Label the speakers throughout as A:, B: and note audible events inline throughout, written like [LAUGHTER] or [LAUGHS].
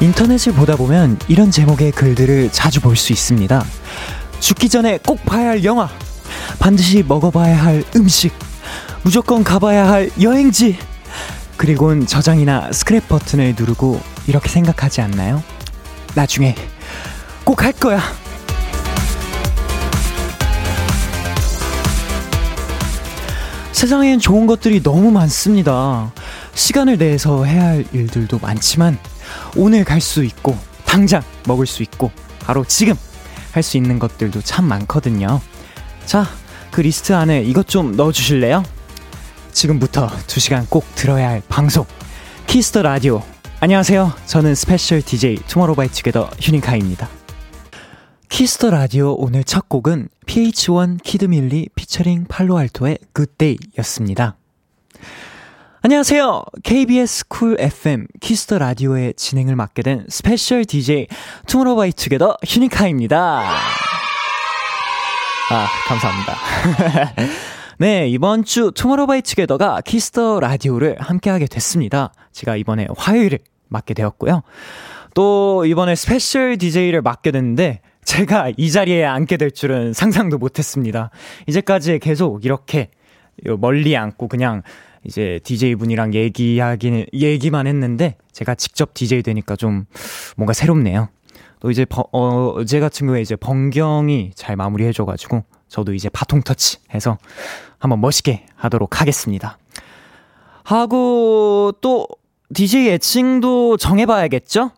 A: 인터넷을 보다 보면 이런 제목의 글들을 자주 볼 수 있습니다. 죽기 전에 꼭 봐야 할 영화, 반드시 먹어봐야 할 음식, 무조건 가봐야 할 여행지. 그리곤 저장이나 스크랩 버튼을 누르고 이렇게 생각하지 않나요? 나중에 꼭 할 거야. 세상엔 좋은 것들이 너무 많습니다. 시간을 내서 해야 할 일들도 많지만 오늘 갈 수 있고 당장 먹을 수 있고 바로 지금 할 수 있는 것들도 참 많거든요. 자, 그 리스트 안에 이것 좀 넣어 주실래요? 지금부터 2시간 꼭 들어야 할 방송 키스터 라디오. 안녕하세요. 저는 스페셜 DJ 투모로우바이투게더 휴닝카입니다. 키스터 라디오 오늘 첫 곡은 PH1 키드밀리 피처링 팔로알토의 굿데이였습니다. 안녕하세요. KBS 쿨 FM 키스터 라디오의 진행을 맡게 된 스페셜 DJ 투모로우바이투게더 휴닝카입니다. 아, 감사합니다. [LAUGHS] 네, 이번 주 투모로우바이투게더가 키스터 라디오를 함께하게 됐습니다. 제가 이번에 화요일을 맡게 되었고요. 또 이번에 스페셜 DJ를 맡게 됐는데 제가 이 자리에 앉게 될 줄은 상상도 못했습니다. 이제까지 계속 이렇게 멀리 앉고 그냥 이제 DJ분이랑 얘기하기는, 얘기만 했는데, 제가 직접 DJ 되니까 좀 뭔가 새롭네요. 또 이제, 버, 어, 어제 같은 경우에 이제 번경이 잘 마무리해줘가지고, 저도 이제 바통 터치 해서 한번 멋있게 하도록 하겠습니다. 하고, 또, DJ 애칭도 정해봐야겠죠?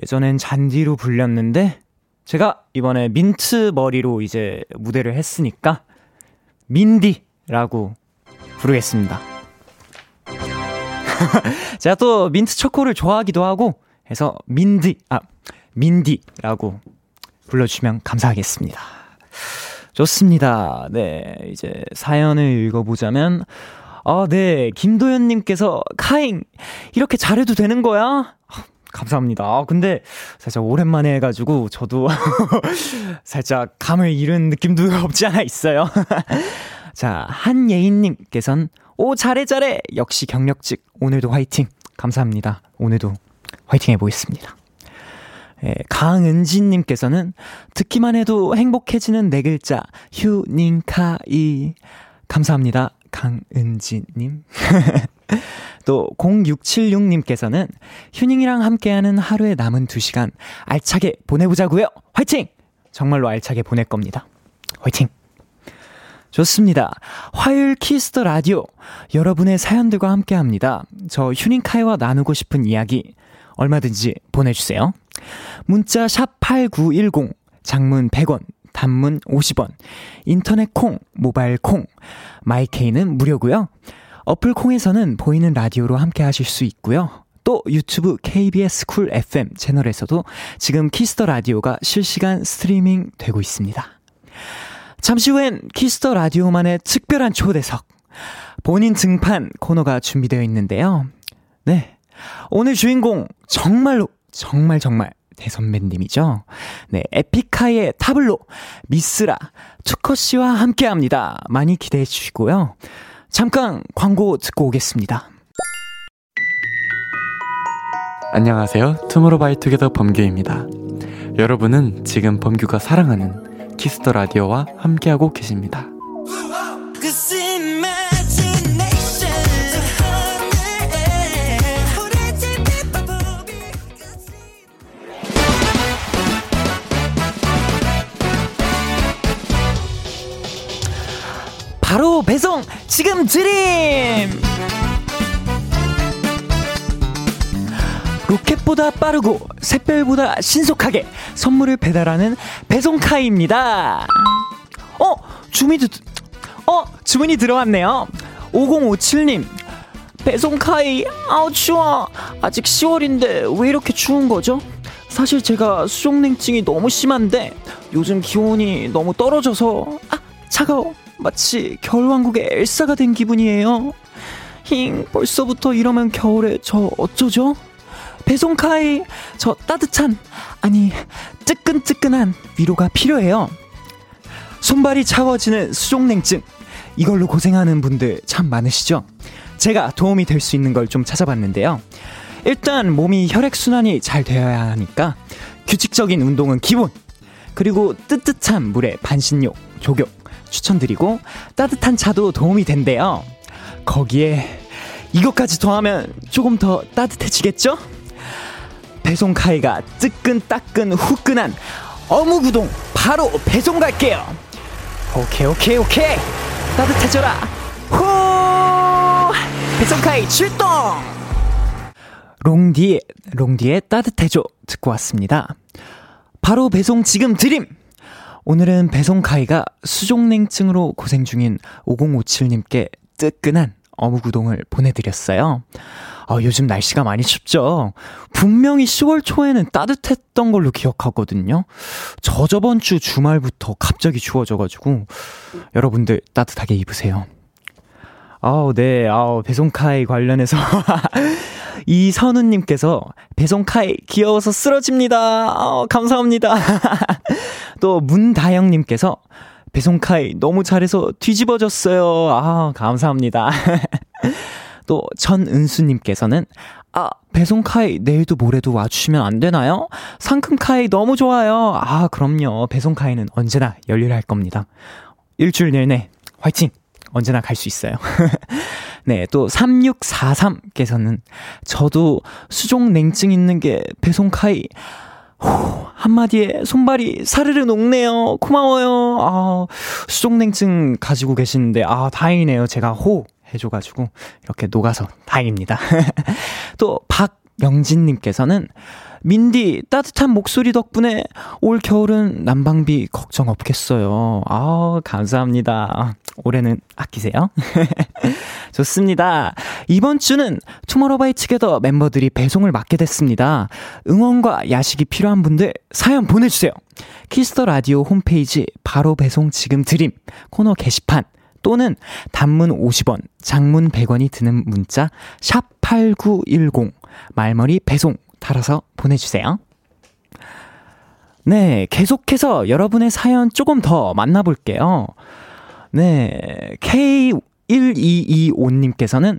A: 예전엔 잔디로 불렸는데, 제가 이번에 민트 머리로 이제 무대를 했으니까, 민디라고 부르겠습니다. 제가 또 민트 초코를 좋아하기도 하고 해서 민디 아 민디라고 불러주시면 감사하겠습니다. 좋습니다. 네 이제 사연을 읽어보자면 아네 김도현님께서 카잉 이렇게 잘해도 되는 거야? 아, 감사합니다. 아, 근데 살짝 오랜만에 해가지고 저도 [LAUGHS] 살짝 감을 잃은 느낌도 없지 않아 있어요. [LAUGHS] 자, 한예인님께서는 오, 잘해, 잘해! 역시 경력직. 오늘도 화이팅. 감사합니다. 오늘도 화이팅 해보겠습니다. 예, 강은진님께서는 듣기만 해도 행복해지는 네 글자, 휴닝카이. 감사합니다. 강은진님. [LAUGHS] 또 0676님께서는 휴닝이랑 함께하는 하루의 남은 2시간 알차게 보내보자고요. 화이팅! 정말로 알차게 보낼 겁니다. 화이팅! 좋습니다. 화요일 키스터 라디오 여러분의 사연들과 함께합니다. 저 휴닝카이와 나누고 싶은 이야기 얼마든지 보내주세요. 문자 샵 #8910 장문 100원, 단문 50원, 인터넷 콩, 모바일 콩, 마이케이는 무료고요. 어플 콩에서는 보이는 라디오로 함께하실 수 있고요. 또 유튜브 KBS 쿨 FM 채널에서도 지금 키스터 라디오가 실시간 스트리밍 되고 있습니다. 잠시 후엔 키스터 라디오만의 특별한 초대석. 본인 등판 코너가 준비되어 있는데요. 네. 오늘 주인공, 정말로, 정말 정말 대선배님이죠. 네. 에픽하이의 타블로, 미스라, 투커 씨와 함께 합니다. 많이 기대해 주시고요. 잠깐 광고 듣고 오겠습니다.
B: 안녕하세요. 투모로바이투게더 범규입니다. 여러분은 지금 범규가 사랑하는 키스터 라디오와 함께하고 계십니다.
A: 바로 배송 지금 드림! 로켓보다 빠르고 샛별보다 신속하게 선물을 배달하는 배송카입니다. 어, 주문이 드, 어, 주문이 들어왔네요. 5057님. 배송카이, 아우 추워. 아직 10월인데 왜 이렇게 추운 거죠? 사실 제가 수족냉증이 너무 심한데 요즘 기온이 너무 떨어져서 아 차가워 마치 겨울왕국의 엘사가 된 기분이에요 힝 벌써부터 이러면 겨울에 저 어쩌죠? 배송카이 저 따뜻한 아니 뜨끈뜨끈한 위로가 필요해요 손발이 차워지는 수족냉증 이걸로 고생하는 분들 참 많으시죠? 제가 도움이 될 수 있는 걸 좀 찾아봤는데요 일단 몸이 혈액순환이 잘 되어야 하니까 규칙적인 운동은 기본 그리고 뜨뜻한 물에 반신욕, 조교 추천드리고 따뜻한 차도 도움이 된대요 거기에 이것까지 더하면 조금 더 따뜻해지겠죠? 배송카이가 뜨끈따끈 후끈한 어묵우동 바로 배송 갈게요 오케이 오케이 오케이 따뜻해져라 호 배송카이 출동 롱디의 롱디의 따뜻해줘 듣고 왔습니다 바로 배송 지금 드림 오늘은 배송카이가 수족냉증으로 고생 중인 5057님께 뜨끈한 어묵우동을 보내드렸어요. 어, 요즘 날씨가 많이 춥죠? 분명히 10월 초에는 따뜻했던 걸로 기억하거든요. 저 저번 주 주말부터 갑자기 추워져가지고, 여러분들 따뜻하게 입으세요. 아우, 네, 아우, 배송카이 관련해서. [LAUGHS] 이선우님께서 배송카이 귀여워서 쓰러집니다. 아우, 감사합니다. [LAUGHS] 또 문다영님께서 배송카이 너무 잘해서 뒤집어졌어요. 아, 감사합니다. [LAUGHS] 또 전은수님께서는 아, 배송카이 내일도 모레도 와주시면 안 되나요? 상큼카이 너무 좋아요. 아, 그럼요. 배송카이는 언제나 열일할 겁니다. 일주일 내내 화이팅! 언제나 갈 수 있어요. [LAUGHS] 네, 또 3643께서는 저도 수족냉증 있는 게 배송카이 호, 한마디에 손발이 사르르 녹네요. 고마워요. 아, 수족냉증 가지고 계시는데, 아, 다행이네요. 제가 호 해줘가지고, 이렇게 녹아서 다행입니다. [LAUGHS] 또, 박영진님께서는, 민디, 따뜻한 목소리 덕분에 올 겨울은 난방비 걱정 없겠어요. 아, 감사합니다. 올해는 아끼세요. [LAUGHS] 좋습니다. 이번 주는 투모로바이 측에더 멤버들이 배송을 맡게 됐습니다. 응원과 야식이 필요한 분들 사연 보내주세요. 키스터 라디오 홈페이지 바로 배송 지금 드림 코너 게시판 또는 단문 50원, 장문 100원이 드는 문자 샵 8910 말머리 배송 달아서 보내주세요. 네, 계속해서 여러분의 사연 조금 더 만나볼게요. 네, K1225님께서는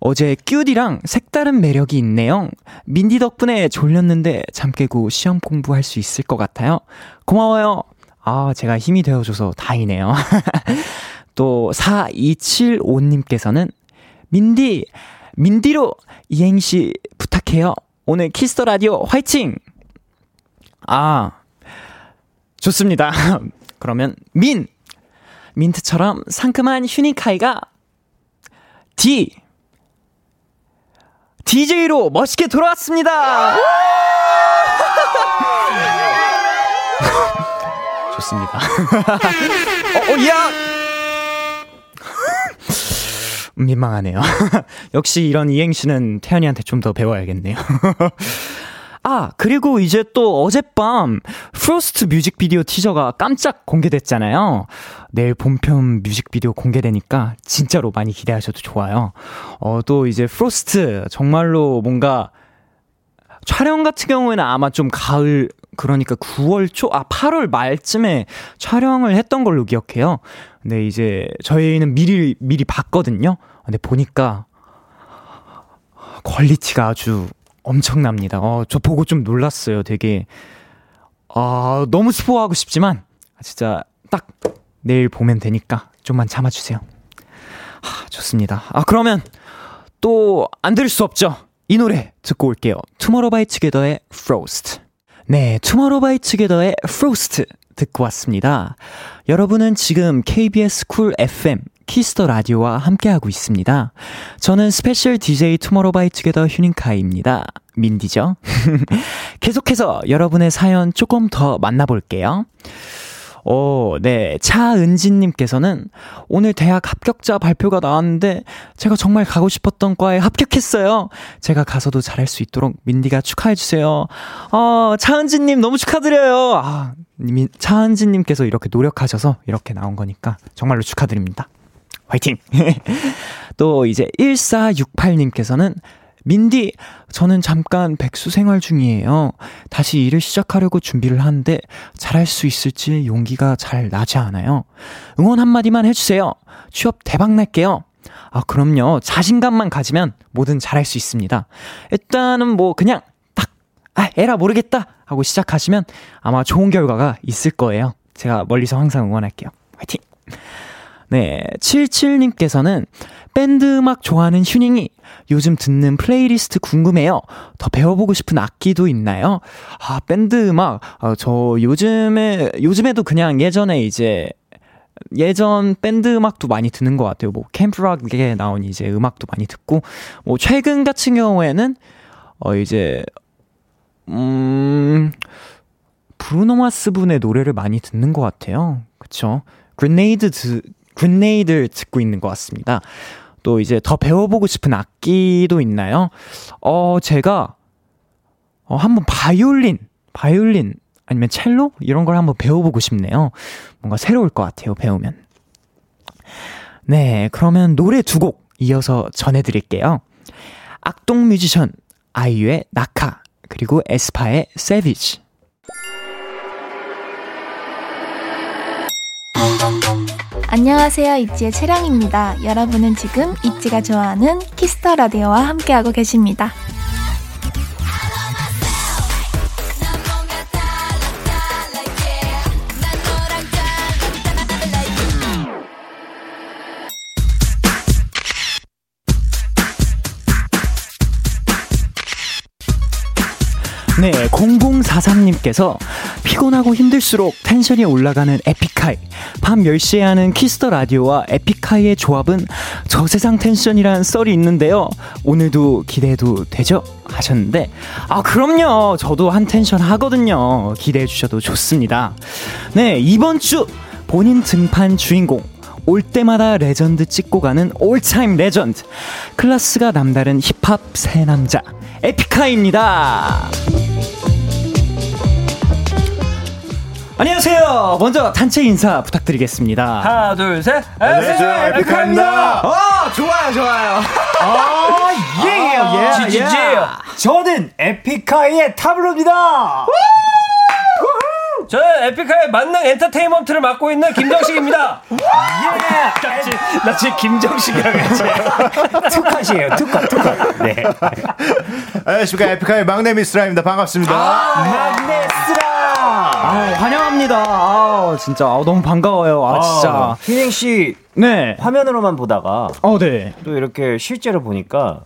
A: 어제 뀨디랑 색다른 매력이 있네요. 민디 덕분에 졸렸는데 잠 깨고 시험 공부할 수 있을 것 같아요. 고마워요. 아, 제가 힘이 되어줘서 다행이네요. [LAUGHS] 또, 4275님께서는 민디, 민디로 이행시 부탁해요. 오늘 키스터 라디오 화이팅! 아, 좋습니다. [LAUGHS] 그러면, 민! 민트처럼 상큼한 휴닝카이가 D DJ로 멋있게 돌아왔습니다. [LAUGHS] 좋습니다. [LAUGHS] 어, 어, 야! [LAUGHS] 음, 민망하네요. [LAUGHS] 역시 이런 이행시는 태연이한테 좀 더 배워야겠네요. [LAUGHS] 아, 그리고 이제 또 어젯밤 프로스트 뮤직비디오 티저가 깜짝 공개됐잖아요. 내일 본편 뮤직비디오 공개되니까 진짜로 많이 기대하셔도 좋아요. 어, 또 이제 프로스트 정말로 뭔가 촬영 같은 경우에는 아마 좀 가을 그러니까 9월 초, 아, 8월 말쯤에 촬영을 했던 걸로 기억해요. 근데 이제 저희는 미리, 미리 봤거든요. 근데 보니까 퀄리티가 아주 엄청납니다. 어, 저 보고 좀 놀랐어요. 되게. 아, 너무 스포하고 싶지만, 진짜 딱 내일 보면 되니까 좀만 참아주세요. 아, 좋습니다. 아, 그러면 또 안 들을 수 없죠. 이 노래 듣고 올게요. 투모로우 바이 투게더의 Frost. 네, 투모로우 바이 투게더의 Frost 듣고 왔습니다. 여러분은 지금 KBS 쿨 FM 키스터 라디오와 함께하고 있습니다. 저는 스페셜 DJ 투모로우바이투게더 휴닝카이입니다. [LAUGHS] 민디죠? 계속해서 여러분의 사연 조금 더 만나볼게요. 어, 네. 차은진님께서는 오늘 대학 합격자 발표가 나왔는데 제가 정말 가고 싶었던 과에 합격했어요. 제가 가서도 잘할 수 있도록 민디가 축하해주세요. 어, 차은진님 너무 축하드려요. 아, 미- 차은진님께서 이렇게 노력하셔서 이렇게 나온 거니까 정말로 축하드립니다. 화이팅! [LAUGHS] 또 이제 1468님께서는 민디, 저는 잠깐 백수 생활 중이에요. 다시 일을 시작하려고 준비를 하는데 잘할 수 있을지 용기가 잘 나지 않아요. 응원 한마디만 해주세요. 취업 대박 날게요. 아, 그럼요. 자신감만 가지면 뭐든 잘할 수 있습니다. 일단은 뭐 그냥 딱, 아, 에라 모르겠다 하고 시작하시면 아마 좋은 결과가 있을 거예요. 제가 멀리서 항상 응원할게요. 화이팅! 네, 77님께서는 밴드 음악 좋아하는 휴닝이 요즘 듣는 플레이리스트 궁금해요. 더 배워보고 싶은 악기도 있나요? 아, 밴드 음악. 아, 저 요즘에, 요즘에도 그냥 예전에 이제 예전 밴드 음악도 많이 듣는 것 같아요. 뭐 캠프락에 나온 이제 음악도 많이 듣고, 뭐 최근 같은 경우에는 어 이제 음 브루노 마스 분의 노래를 많이 듣는 것 같아요. 그쵸? 그레네이드 드, 그레네이드를 듣고 있는 것 같습니다. 또 이제 더 배워보고 싶은 악기도 있나요? 어 제가 어 한번 바이올린, 바이올린 아니면 첼로 이런 걸 한번 배워보고 싶네요. 뭔가 새로울 것 같아요, 배우면. 네, 그러면 노래 두 곡 이어서 전해드릴게요. 악동 뮤지션, 아이유의 나카, 그리고 에스파의 세비지.
C: 안녕하세요. 있지의 채량입니다. 여러분은 지금 있지가 좋아하는 키스터 라디오와 함께하고 계십니다.
A: 네, 0043님께서 피곤하고 힘들수록 텐션이 올라가는 에픽하이. 밤 10시에 하는 키스터 라디오와 에픽하이의 조합은 저 세상 텐션이란 썰이 있는데요. 오늘도 기대해도 되죠? 하셨는데, 아, 그럼요. 저도 한 텐션 하거든요. 기대해 주셔도 좋습니다. 네, 이번 주 본인 등판 주인공. 올 때마다 레전드 찍고 가는 올타임 레전드 클라스가 남다른 힙합 새 남자 에픽하입니다. 안녕하세요. 먼저 단체 인사 부탁드리겠습니다.
D: 하나 둘 셋.
E: 안녕하세요,
D: 네,
E: 에픽하입니다.
A: 아 좋아요 좋아요.
D: 아, 예예요.
A: 예, 예.
D: 저는 에픽하이의 타블로입니다. 저는 에픽하이 만능 엔터테인먼트를 맡고 있는 김정식입니다.
A: 예.
D: 나 지금 김정식이라고 했지. 투컷이에요, 투컷, 투컷. 네.
E: 안녕하십니까 에픽하의 막내 미스라입니다
F: 아,
E: 반갑습니다
A: 아, 환영합니다. 아 진짜 아, 너무 반가워요. 아 진짜
F: 희생 씨
A: 네.
F: 화면으로만 보다가
A: 어 네.
F: 또 이렇게 실제로 보니까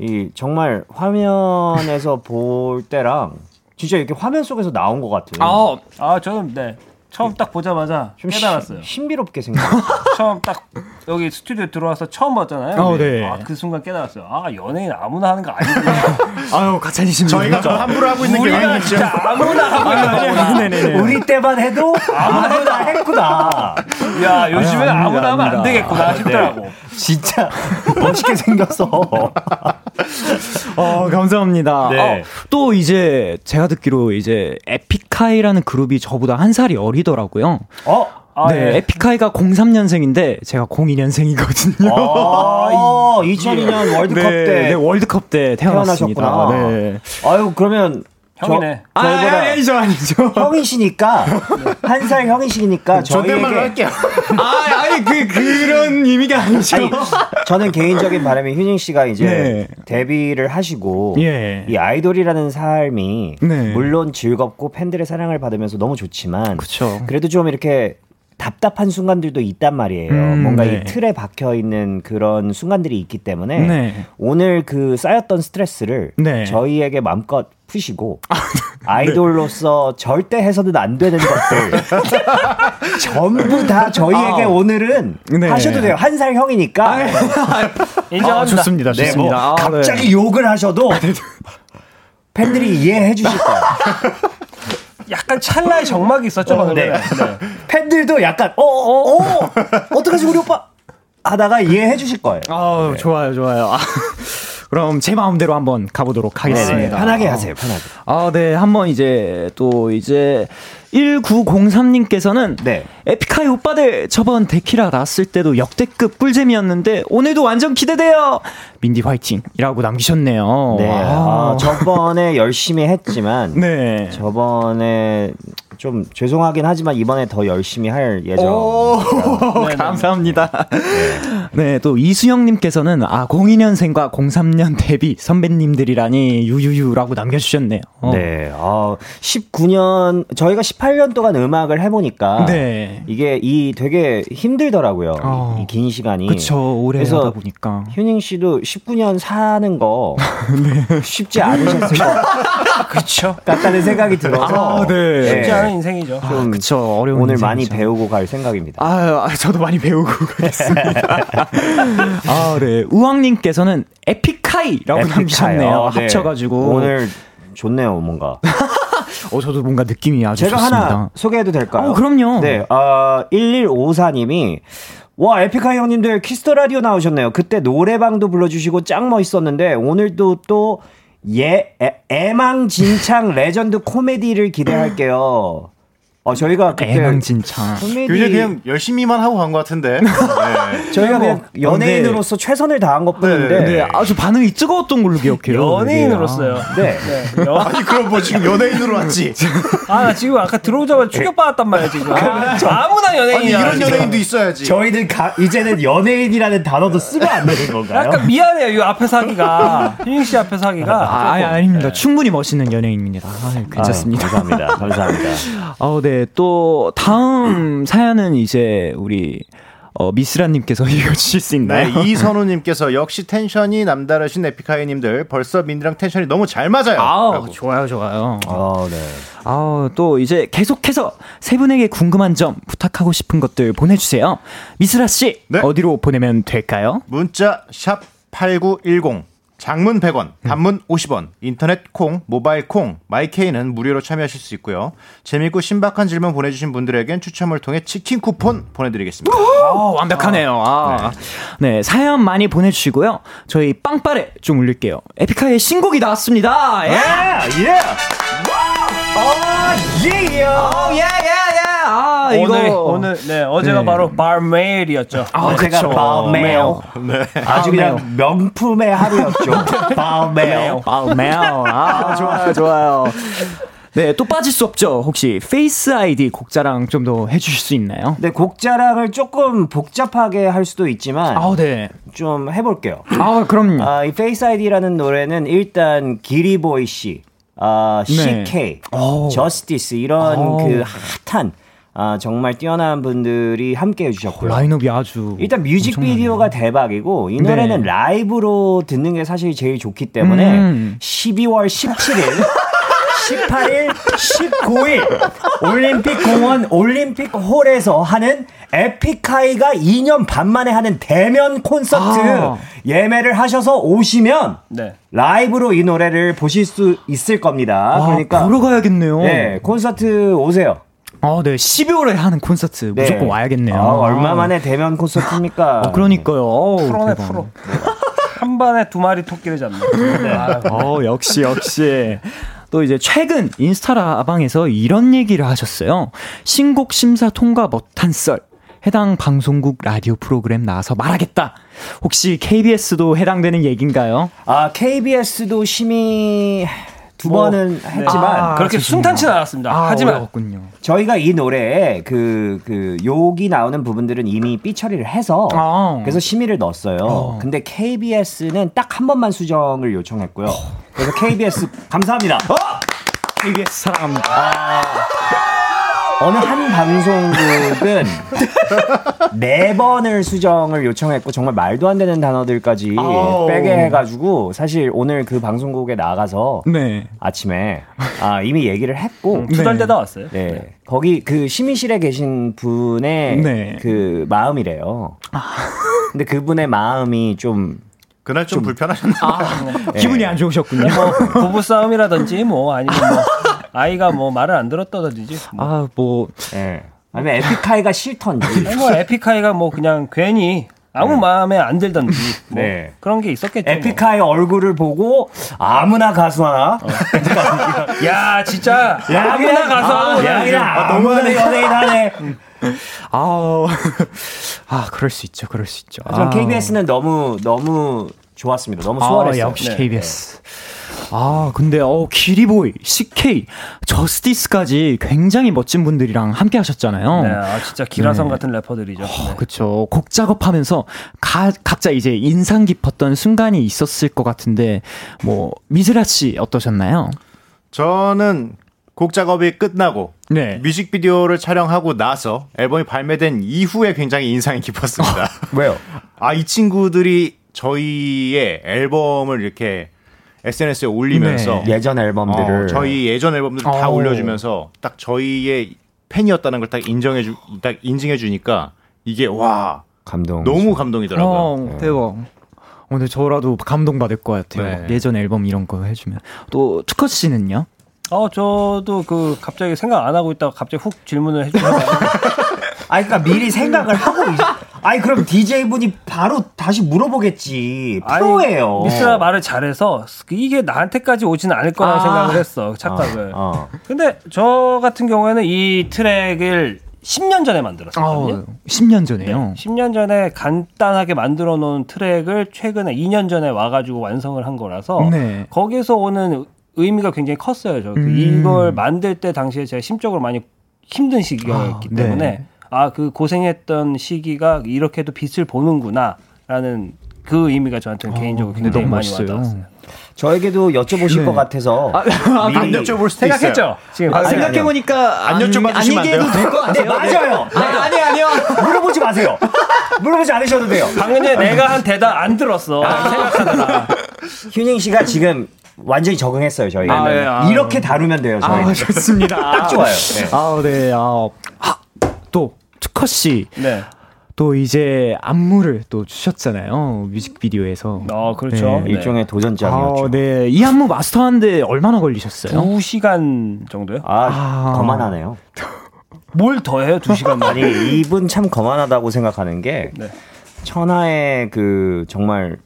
F: 이 정말 화면에서 볼 때랑 진짜 이렇게 화면 속에서 나온 것 같아요.
A: 아
D: 아, 저는 네. 처음 딱 보자마자
F: 좀 시-
D: 깨달았어요.
F: 신비롭게 생겼어요.
D: 처음 딱 여기 스튜디오 들어와서 처음 봤잖아요.
A: 어, 네.
D: 아, 그 순간 깨달았어요. 아, 연예인 아무나 [LAUGHS] 하는 거 아니구나.
A: 아유 가찬이십니다.
E: 저희가 좀 어, 함부로 하고 있는 게
D: 우리가
E: 아니죠
D: 진짜 아무나 하고 있는 거구나.
F: 우리 때만 해도 아무나 했구나.
D: 야, 요즘에
A: 아니, 아닙니다,
D: 아무나 네. 하면
A: 아닙니다.
D: 안 되겠구나 싶더라고.
F: 진짜 멋있게 생겼어.
A: 어, 감사합니다.
F: 네.
A: 어, 또 이제 제가 듣기로 이제 에픽하이라는 그룹이 저보다 한 살이 어리더라고요.
F: 어?
D: 아,
A: 네,
D: 예.
A: 에픽하이가 03년생인데 제가 02년생이거든요.
F: 아, 2002년 월드컵
A: 네,
F: 때
A: 네, 월드컵 때 태어났습니다.
F: 태어나셨구나.
A: 네.
F: 아유 그러면 저-
D: 형이네.
A: 아,
F: 저희보다
A: 아, 아니죠, 아니죠.
F: 형이시니까 한 살 형이시니까
E: 존댓말로
F: 저희에게
E: 할게요
A: 아, 아니, 그, 그런 의미가 아니죠.
F: 아니, [LAUGHS] 저는 개인적인 바람이 휴닝 씨가 이제
A: 네.
F: 데뷔를 하시고
A: 예.
F: 이 아이돌이라는 삶이
A: 네.
F: 물론 즐겁고 팬들의 사랑을 받으면서 너무 좋지만
A: 그쵸.
F: 그래도 좀 이렇게 답답한 순간들도 있단 말이에요.
A: 음,
F: 뭔가
A: 네.
F: 이 틀에 박혀 있는 그런 순간들이 있기 때문에
A: 네.
F: 오늘 그 쌓였던 스트레스를
A: 네. 아,
F: 저희에게 마음껏
A: [LAUGHS]
F: 푸시고 아이돌로서 절대 해서는 안
A: [LAUGHS]
F: 되는 것들 전부 다 저희에게
A: 아.
F: 오늘은
A: 네.
F: 하셔도 돼요. 한 살 형이니까
A: 아, 좋습니다,
F: 네,
A: 좋습니다.
F: 뭐
A: 아, 네. 아,
F: 갑자기 욕을 하셔도 팬들이 이해해 주실 거예요.
D: 약간 찰나의 정막이 있었죠
A: 아,
D: 방금.
F: 네. 팬들도 약간 어, 어, 어. 어떡하지 우리 오빠 하다가 이해해 주실 거예요.
A: 아 좋아요, 좋아요. 아, 그럼 제 마음대로 한번 가보도록 하겠습니다.
F: 네네. 편하게 하세요. 편하게.
A: 아, 네. 한번 이제 또 이제 1903님께서는
F: 네.
A: 에픽하이 오빠들 저번 데키라 났을 때도 역대급 꿀잼이었는데 오늘도 완전 기대돼요. 민디 화이팅이라고 남기셨네요.
F: 네.
A: 아,
F: 아, 저번에 열심히 했지만
A: 네.
F: 저번에 좀 죄송하긴 하지만 이번에 더 열심히 할 예정.
A: 오, 어, 감사합니다. 네, 또 이수영님께서는 아 02년생과 03년 데뷔 선배님들이라니 유유유라고 남겨주셨네요. 어.
F: 네. 어, 19년 저희가 18년 동안 음악을 해 보니까
A: 네.
F: 이게 이 되게 힘들더라고요.
A: 어.
F: 이 긴 시간이.
A: 그쵸 오래
F: 그래서
A: 하다 보니까.
F: 휴닝 씨도 19년 사는
A: [LAUGHS]
F: 거
A: 네.
F: 쉽지 않으셨을 것
D: 그렇죠.
F: 같다는 생각이 들어서
A: 아, 네.
F: 예,
D: 쉽지 않은 인생이죠.
A: 아, 그쵸 어려운
F: 오늘
A: 인생이죠.
F: 많이 배우고 갈 생각입니다.
A: 아, 아, 저도 많이 배우고 [LAUGHS] 가겠습니다. 아, 네. 우왕님께서는 에픽하이라고
F: 에픽하여.
A: 남기셨네요.
F: 네.
A: 합쳐가지고.
F: 오늘 좋네요 뭔가.
A: 어, 저도 뭔가 느낌이 아주
F: 제가
A: 좋습니다.
F: 하나 소개해도 될까요?
A: 어, 그럼요.
F: 네, 아 1154님이 와 에픽하이 형님들 키스터 라디오 나오셨네요. 그때 노래방도 불러주시고 짱 멋있었는데 오늘도 또 예, 애- 애망진창 [LAUGHS] 레전드 코미디를 기대할게요. 어 저희가 그때
A: 애망진창.
F: 코미디
E: 요새 그냥 열심히만 하고 간 것 같은데. 네.
F: 저희가 그냥
A: 뭐,
F: 연예인으로서 최선을 다한 것뿐인데
A: 네, 아주 반응이 뜨거웠던 걸로 기억해요.
D: 연예인으로서요.
F: 네.
D: 네. 여-
E: 아니 그럼 뭐 지금 연예인으로 왔지?
D: 아, 나 지금 아까 들어오자마자 충격받았단 말이야, 지금. 아, 아무나
E: 아니
D: 연예인이야.
E: 이런
D: 지금.
E: 연예인도 있어야지.
F: 저희는 가- 이제는 연예인이라는 단어도 쓰면 안 되는 건가요?
D: 약간 미안해요, 이 앞에서 하기가. 휴닝 씨 앞에서 하기가.
A: 아, 아니, 아닙니다. 충분히 멋있는 연예인입니다. 아, 괜찮습니다.
F: 아유, 감사합니다. 감사합니다.
A: [LAUGHS] 어, 네. 또, 다음 사연은 이제 우리, 어, 미스라님께서 [LAUGHS] 읽어주실 수
E: 네,
A: 있나요?
E: 이선우님께서 역시 텐션이 남다르신 에픽하이님들 벌써 민디랑 텐션이 너무 잘 맞아요.
D: 어.
A: 아,
E: 라고.
A: 좋아요, 좋아요.
F: 어, 네.
A: 아, 또 이제 계속해서 세 분에게 궁금한 점, 부탁하고 싶은 것들 보내주세요. 미스라 씨,
E: 네.
A: 어디로 보내면 될까요?
E: 문자 샵 #8910 장문 100원, 단문 50원, 인터넷 콩, 모바일 콩, 마이케이는 무료로 참여하실 수 있고요. 재밌고 신박한 질문 보내주신 분들에겐 추첨을 통해 치킨 쿠폰 보내드리겠습니다.
A: 아, 완벽하네요. 아. 네. 사연 많이 보내주시고요. 저희 빵빠레 좀 올릴게요. 에픽하의 신곡이 나왔습니다. 예!
F: Oh,
A: 오, 예, 예, 예! 아,
D: 오늘,
A: 이거.
D: 오늘, 네, 어제가
A: 네.
D: 바로 발메일이었죠.
A: 아,
F: 제가
A: 그쵸.
F: 바메일. 네. 아주 그냥 명품의 하루였죠. [LAUGHS] 바메일.
A: 아우, 네, 매우. 아, 어, 좋아요, 좋아요. 네, 또 빠질 수 없죠. 혹시 페이스 아이디 곡 자랑 좀 더 해주실 수 있나요?
F: 네, 곡 자랑을 조금 복잡하게 할 수도 있지만
A: 아, 네.
F: 좀 해볼게요.
A: 아, 그럼요.
F: 아, 이 페이스 아이디라는 노래는 일단 기리보이 씨, 아,
A: 네.
F: CK,
A: 오.
F: 저스티스 이런
A: 오.
F: 그 핫한 아, 정말 뛰어난 분들이 함께 해주셨고요.
A: 뭐 라인업이 아주
F: 일단 뮤직비디오가 대박이고 이 노래는
A: 네.
F: 라이브로 듣는 게 사실 제일 좋기 때문에
A: 음.
F: 12월 17일 18일, 19일 올림픽 공원 올림픽 홀에서 하는 에픽하이가 2년 반 만에 하는 대면 콘서트
A: 아.
F: 예매를 하셔서 오시면
D: 네.
F: 라이브로 이 노래를 보실 수 있을 겁니다.
A: 아,
F: 그러니까
A: 보러 가야겠네요.
F: 네, 콘서트 오세요.
A: 아, 네. 12월에 하는 콘서트
F: 네.
A: 무조건 와야겠네요.
F: 아, 얼마 만에 대면 콘서트입니까?
A: 어, 그러니까요. 어우,
D: 프로네,
A: 대박.
D: 프로. 한 반에 두 마리 토끼를 잡네. 아,
A: 어, 역시, 역시. 또 이제 최근 인스타라방에서 이런 얘기를 하셨어요. 신곡 심사 통과 못한 썰. 해당 방송국 라디오 프로그램 나와서 말하겠다. 혹시 KBS도 해당되는 얘기인가요?
F: 아, KBS도 심의 두 번은 했지만
A: 어, 아, 죄송해요.
D: 그렇게
A: 아,
D: 순탄치는 않았습니다. 하지만
A: 어려웠군요.
F: 저희가 이 노래에 그, 그, 욕이 나오는 부분들은 이미 삐처리를 해서
A: 아.
F: 그래서 심의를 넣었어요. 근데 KBS는 딱 한 번만 수정을 요청했고요. 그래서
A: [LAUGHS]
F: KBS 감사합니다.
A: 어. KBS 사랑합니다.
F: 어느 한 방송국은 [LAUGHS] 네 번을 수정을 요청했고 정말 말도 안 되는 단어들까지
A: 아우.
F: 빼게 해가지고 사실 오늘 그 방송국에 나가서
A: 네.
F: 아침에 아, 이미 얘기를 했고
D: 두 달
A: 네.
D: 되다 왔어요.
F: 네. 거기 그 심의실에 계신 분의
A: 네.
F: 그 마음이래요. [LAUGHS] 근데 그분의 마음이 좀
E: 그날
A: 아.
E: 좀 불편하셨나요?
A: 기분이 안 좋으셨군요.
D: 뭐 부부 싸움이라든지 뭐 아니면 뭐 아이가 뭐 말을 안 들었다든지. 뭐.
A: 아, 뭐,
F: 예. 아니면 에픽하이가 싫던지.
D: 아니, 뭐 에픽하이가 뭐 그냥 괜히 아무 마음에 안 들던지 뭐
F: 네.
D: 그런 게 있었겠죠. 뭐.
F: 에픽하이 얼굴을 보고 아무나 가수하나?
D: 야 진짜
F: 야,
D: 아무나
F: 그냥-
D: 가서
F: 아, 야, 그냥 아무나 연예인 하네.
A: 아, [LAUGHS] 아, 그럴 수 있죠, 그럴 수 있죠.
F: 하지만
A: 아.
F: KBS는 너무 너무 좋았습니다. 너무
A: 아,
F: 수월했어요.
A: 역시
D: 네.
A: KBS. 아, 근데, 어, 기리보이, CK, 저스티스까지 굉장히 멋진 분들이랑 함께 하셨잖아요.
F: 어.
D: 네, 아, 진짜 기라성
A: 네.
D: 같은 래퍼들이죠. 네.
A: 그쵸. 곡 작업하면서 가- 각자 이제 인상 깊었던 순간이 있었을 것 같은데, 뭐, 미즈라 씨 어떠셨나요?
E: 저는 곡 작업이 끝나고
A: 네.
E: 뮤직비디오를 촬영하고 나서 앨범이 발매된 이후에 굉장히 인상이 깊었습니다.
F: 왜요?
E: 아, 이 친구들이 저희의 앨범을 이렇게 SNS에 올리면서
F: 네, 예전 앨범들을
E: 어, 저희 예전 앨범들 다
A: 어.
E: 올려주면서 딱 저희의 팬이었다는 걸 딱 인정해주, 딱 인증해주니까 이게 와
F: 감동.
E: 너무 감동이더라고요.
A: 어, 대박. 오늘 저라도 감동받을 것 같아요.
E: 네.
A: 예전 앨범 이런 거 해주면. 또, 투커 씨는요?
D: 어 저도 그 갑자기 생각 안 하고 있다가 갑자기 훅 질문을 해주셔서
F: 아니 그러니까 미리 생각을 하고 있... 아니 그럼 DJ 분이 바로 다시 물어보겠지.
D: 아니,
F: [LAUGHS] 프로예요.
D: 미스라 말을 잘해서 이게 나한테까지 오진 않을 거라는
F: 아.
D: 생각을 했어 착각을.
F: 어.
D: 근데 저 같은 경우에는 이 트랙을 10년 전에
F: 어,
D: 만들었거든요.
A: 아우,
D: 네.
A: 10년 전에요.
D: 10년 전에 간단하게 만들어 놓은 트랙을 최근에 2년 전에 와가지고 완성을 한 거라서
A: 네.
D: 거기서 오는 의미가 굉장히 컸어요. 저
A: 음.
D: 이걸 만들 때 당시에 제가 심적으로 많이 힘든
A: 아,
D: 시기였기
A: 네.
D: 때문에 아 그 고생했던 시기가 이렇게도 빛을 보는구나라는 그 의미가 저한테는 개인적으로
A: 아, 근데
D: 굉장히
A: 너무
D: 네, 많이
A: 멋있어요.
D: 와닿았어요.
F: 저에게도 여쭤보실 것 같아서 네,
E: 안
F: 미리
E: 여쭤볼 수도 있어요.
D: 생각했죠? 지금
F: 아, 생각-
A: 생각해보니까
E: 안 여쭤봐주시면 안 돼요.
A: 될것
F: 네, 맞아요. 네.
A: 아니, 아니요.
F: 물어보지 마세요. 물어보지 않으셔도 돼요.
D: 방금 전에 내가 한 대답 안 들었어. 생각하느라.
F: 휴닝 씨가 지금 완전히 적응했어요 저희.
A: 아, 네, 아.
F: 이렇게 다루면 돼요 저희.
A: 아, 좋습니다.
F: 네. [LAUGHS] 딱 좋아요. 네.
A: 아, 네. 아, 아, 또 투커 씨.
D: 네.
A: 또 이제 안무를 또 주셨잖아요. 뮤직비디오에서.
D: 어, 그렇죠.
A: 네.
D: 네.
F: 일종의 도전장이었죠.
A: 아, 네. 이 안무 마스터하는데 얼마나
F: 음,
A: 걸리셨어요?
D: 2시간 정도요?
F: 아,
A: 아.
F: 거만하네요.
D: 뭘 더 해요? 2시간
F: 아니, 이분 참 거만하다고 생각하는 게,
D: 네.
F: 천하의 그, 정말,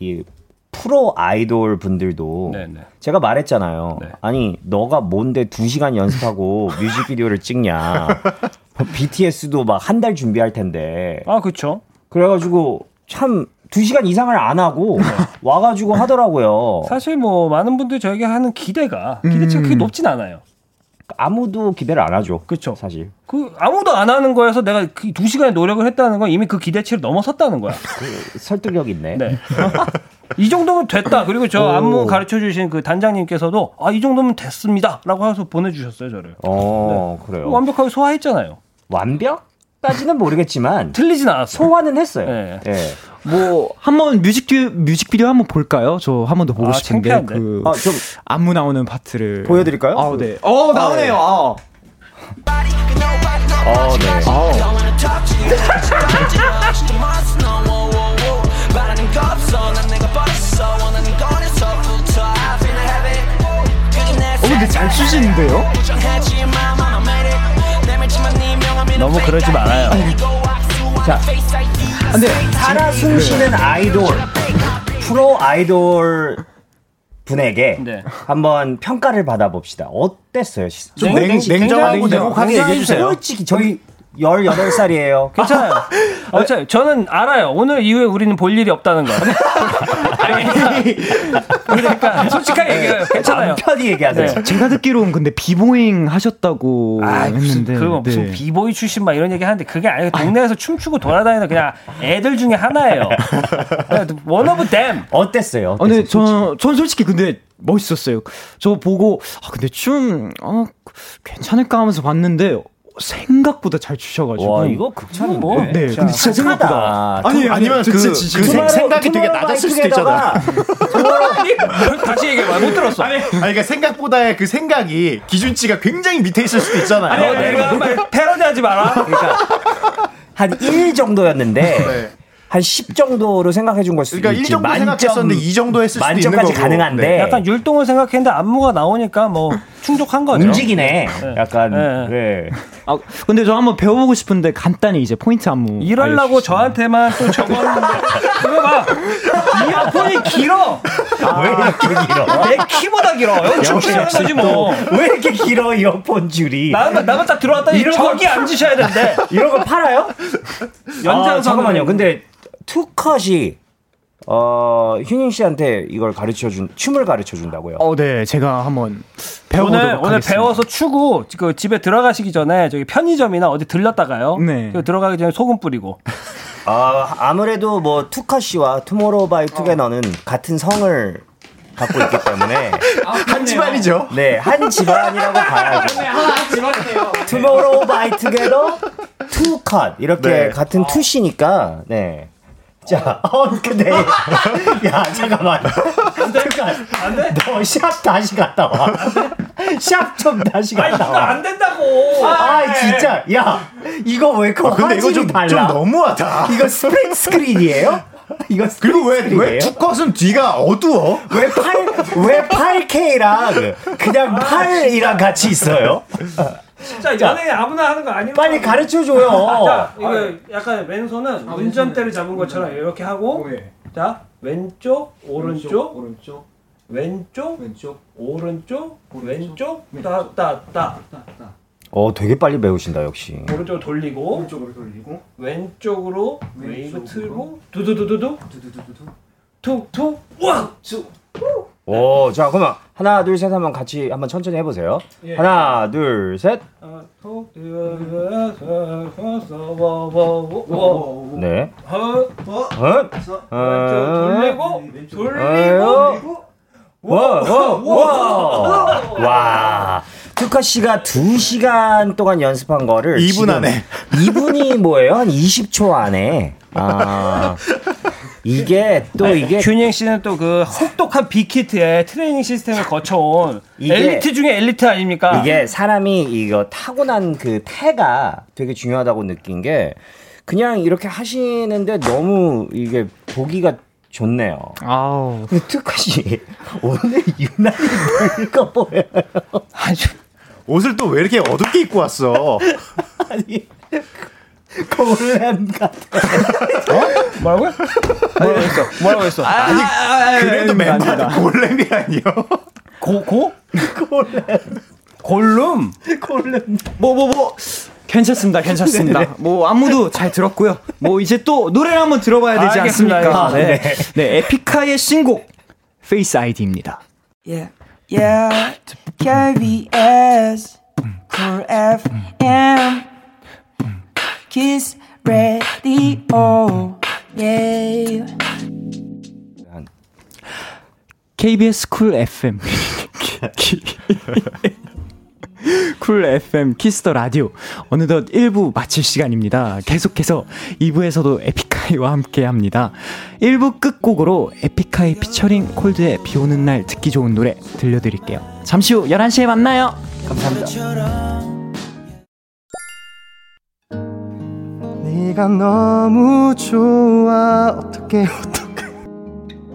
F: 이, 프로 아이돌 분들도,
D: 네, 네.
F: 제가 말했잖아요.
D: 네.
F: 아니, 너가 뭔데 두 시간
D: [LAUGHS]
F: 연습하고 뮤직비디오를 찍냐. BTS도 막 한 달 준비할 텐데.
D: 아, 그렇죠.
F: 그래가지고, 참, 두 시간 이상을 안 하고, 와가지고
E: 어.
F: 하더라고요.
D: 네. 사실 뭐 많은 분들이 저에게 하는 기대가
E: 음.
D: 기대치가 그렇게 높진 않아요.
F: 아무도 기대를 안 하죠.
D: 그쵸.
F: 사실.
D: 그 아무도 안 하는 거에서 내가 그 두 시간의 노력을 했다는 건 이미 그 기대치를 넘어섰다는
E: [LAUGHS]
D: 거야.
F: 설득력 있네.
D: 네. [LAUGHS] 이 정도면 됐다. 그리고 저 안무 가르쳐 주신 그 단장님께서도 아, 이 정도면 됐습니다라고 해서 보내 주셨어요, 저를.
F: 어, 그래요.
D: 네. 완벽하게 소화했잖아요.
F: 완벽까지는 모르겠지만
D: 틀리진 않았어.
F: 소화는 했어요.
D: 네.
F: 예.
A: 뭐 한번 뮤직비디오 뮤직비디오 한번 볼까요? 저 한 번 더 보고
D: 아,
A: 싶은데
D: 창피한데.
A: 그
F: 아, 좀
A: 안무 나오는 파트를
F: 보여드릴까요?
A: 아, 네. 어, 나오네요. 아.
F: 어, 네.
A: 어, 근데 잘 추시는데요?
D: 예. 너무 그러지 말아요.
A: 아, 근데
F: 살아숨 쉬는 아이돌 프로 아이돌 분에게
D: 네.
F: 한번 평가를 받아봅시다. 어땠어요?
E: 좀 냉,
D: 냉-
E: 냉정하고
D: 냉정-
E: 냉혹하게
D: 냉정-
E: 네, 얘기해 주세요.
F: 솔직히 저희
E: [LAUGHS]
D: [LAUGHS]
F: 18살이에요.
D: 괜찮아요. 어차피 저는 알아요. 오늘 이후에 우리는 볼 일이 없다는 거. [LAUGHS] 아니, 그러니까
F: 네.
D: 솔직하게 얘기해요. 괜찮아요.
F: 예. 편히 얘기하세요.
D: 네.
A: 제가 듣기로는 근데 비보잉 하셨다고
D: 아, 무슨,
A: 했는데
D: 그거 무슨
A: 네.
D: 비보이 출신 막 이런 얘기 하는데 그게 아니고 동네에서 춤추고 돌아다니는 그냥 애들 중에 하나예요. [LAUGHS] 원 오브 댐.
F: 어땠어요?
A: 아, 근데 전, 전 솔직히 근데 멋있었어요. 저 보고, 아, 근데 춤, 어, 괜찮을까 하면서 봤는데, 생각보다 잘 추셔가지고.
D: 어,
F: 와, 이거 극찬인데.
D: 뭐,
A: 네, 근데 진짜 생각보다.
F: 착하다.
E: 아니, 아니면 그, 그 생- 생각이 되게
F: 아, 투모로우
E: 낮았을 수도 있잖아.
F: 바이투게더가
D: [LAUGHS] 다시 얘기해봐. 못 들었어. 아니,
E: 아니, 그러니까 생각보다의 그 생각이 기준치가 굉장히 밑에 있을 수도 있잖아요.
D: 너 내가 한말 패러디 하지 마라. 그러니까
F: 한 1 정도였는데
E: [LAUGHS] 네.
F: 한 10 정도로 생각해 준 걸 수도
E: 그러니까 1
F: 있지.
E: 정도 생각했었는데 2 정도 했을 수도 있는
F: 만점까지
E: 거고.
F: 가능한데
E: 네.
D: 약간 율동을 생각했는데 안무가 나오니까 뭐 충족한 거죠.
F: 움직이네. 약간
D: 네.
F: 네.
A: 아, 근데 저 한번 배워보고 싶은데 간단히 이제 포인트 안무.
D: 이럴라고 저한테만 또 적었는데. 이거 봐. 이어폰이 길어.
E: 아,
F: 왜 이렇게 길어?
D: 내 키보다 길어. 여기 춤추는 거지 뭐.
F: 왜 이렇게 길어 이어폰 줄이?
D: 나만 나만 딱 들어왔더니
F: 이런
D: 저기 앉으셔야 되는데.
F: 이런 거 팔아요?
D: 연장선은-
F: 아, 잠깐만요. 근데 투컷이 어 휴닝 씨한테 이걸 가르쳐 준 춤을 가르쳐 준다고요.
A: 어, 네, 제가 한번 배워보도록
D: 오늘 오늘
A: 하겠습니다.
D: 배워서 추고 그 집에 들어가시기 전에 저기 편의점이나 어디 들렀다가요.
A: 네.
D: 그 들어가기 전에 소금 뿌리고.
F: 아 아무래도 뭐 투컷 씨와 투모로우바이투게더는 같은 성을 갖고 있기 때문에
E: 한 집안이죠.
F: 네 한 집안이라고
D: 아,
F: 봐야죠. 투모로우바이투게더 투컷 이렇게
E: 네.
F: 같은 투시니까 네. 자, [LAUGHS] 어, 근데, 네. 야, 잠깐만. 안 돼? 안 돼?
E: 네.
F: 너 샵 다시 갔다 와. [LAUGHS] 샵 좀 다시 갔다 와.
D: 된다고.
F: 아 진짜 야 이거 왜 그거
E: 아, 근데 이거
F: 화질이
E: 좀,
F: 달라
E: 좀 너무하다.
F: 이거 스프링 스크린이에요? 이거 스프링
E: 그리고 왜, 왜
F: 스크린이에요?
E: 두컷은 뒤가 어두워?
F: 왜 8, 왜 8K랑 그냥 8이랑 같이 있어요?
D: 진짜 연애 아무나 하는 거 아니야?
F: 빨리 가르쳐줘요.
D: 자, 이거 약간 왼손은 운전대를 잡은 것처럼 이렇게 하고 자 왼쪽 오른쪽 오른쪽 왼쪽 왼쪽 오른쪽 왼쪽 따따따
F: 어, 되게 빨리 배우신다, 역시.
D: 오른쪽으로 돌리고 왼쪽으로 돌리고 왼쪽으로 웨이브 틀고 두두두두두 툭툭 우왕
F: 오, 어, 자, 그러면 하나, 둘, 셋 한번 같이 한번 천천히 해보세요.
E: 예.
F: 하나, 둘, 셋. 네. 헛.
D: 아.
F: 헛.
D: 돌리고
F: 돌리고,
D: 돌리고
F: 와, 와, 와. 와. 투카 씨가 2시간 동안 연습한 거를
E: 2분
F: 지금
E: 안에.
F: 2분이 뭐예요? 한 20초 안에. 아. 이게 또 이게
D: 균형 씨는 또 그 혹독한 빅히트의 트레이닝 시스템을 거쳐온
F: 이게-
D: 엘리트 중에 엘리트 아닙니까?
F: 이게 사람이 이거 타고난 그 태가 되게 중요하다고 느낀 게 그냥 이렇게 하시는데 너무 이게 보기가 좋네요.
A: 아우.
F: 근데 투카 씨 [LAUGHS] 오늘 유난히 늙어 보여요.
E: 옷을 또 왜 이렇게 어둡게 입고 왔어?
F: 아니 고렘 같아.
D: 뭐라고요? 뭐라고 했어? 뭐라고 했어?
E: 아니, 그래도 멤버들 골렘이라니요?
D: 고, 고? 골룸. 골룸?
F: 골렘.
A: 뭐, 뭐, 뭐. 괜찮습니다, [LAUGHS] 괜찮습니다. 뭐, 안무도 잘 들었고요. 뭐, 이제 또 노래를 한번 들어봐야 되지
D: 알겠습니다,
A: 않습니까? 네.
D: 알겠습니다.
A: 네. 에픽하의 신곡, 페이스 아이디입니다.
G: Yeah, yeah, KBS, Cool FM, Kiss Radio, yeah.
A: KBS 쿨 FM. [LAUGHS] 쿨 FM 키스터 라디오. 어느덧 1부 마칠 시간입니다. 계속해서 2부에서도 에픽하이와 함께 합니다. 1부 끝곡으로 에픽하이 피처링 콜드의 비 오는 날 듣기 좋은 노래 들려드릴게요. 잠시 후 11시에 만나요.
H: 네가 너무 좋아 어떻게 어떻게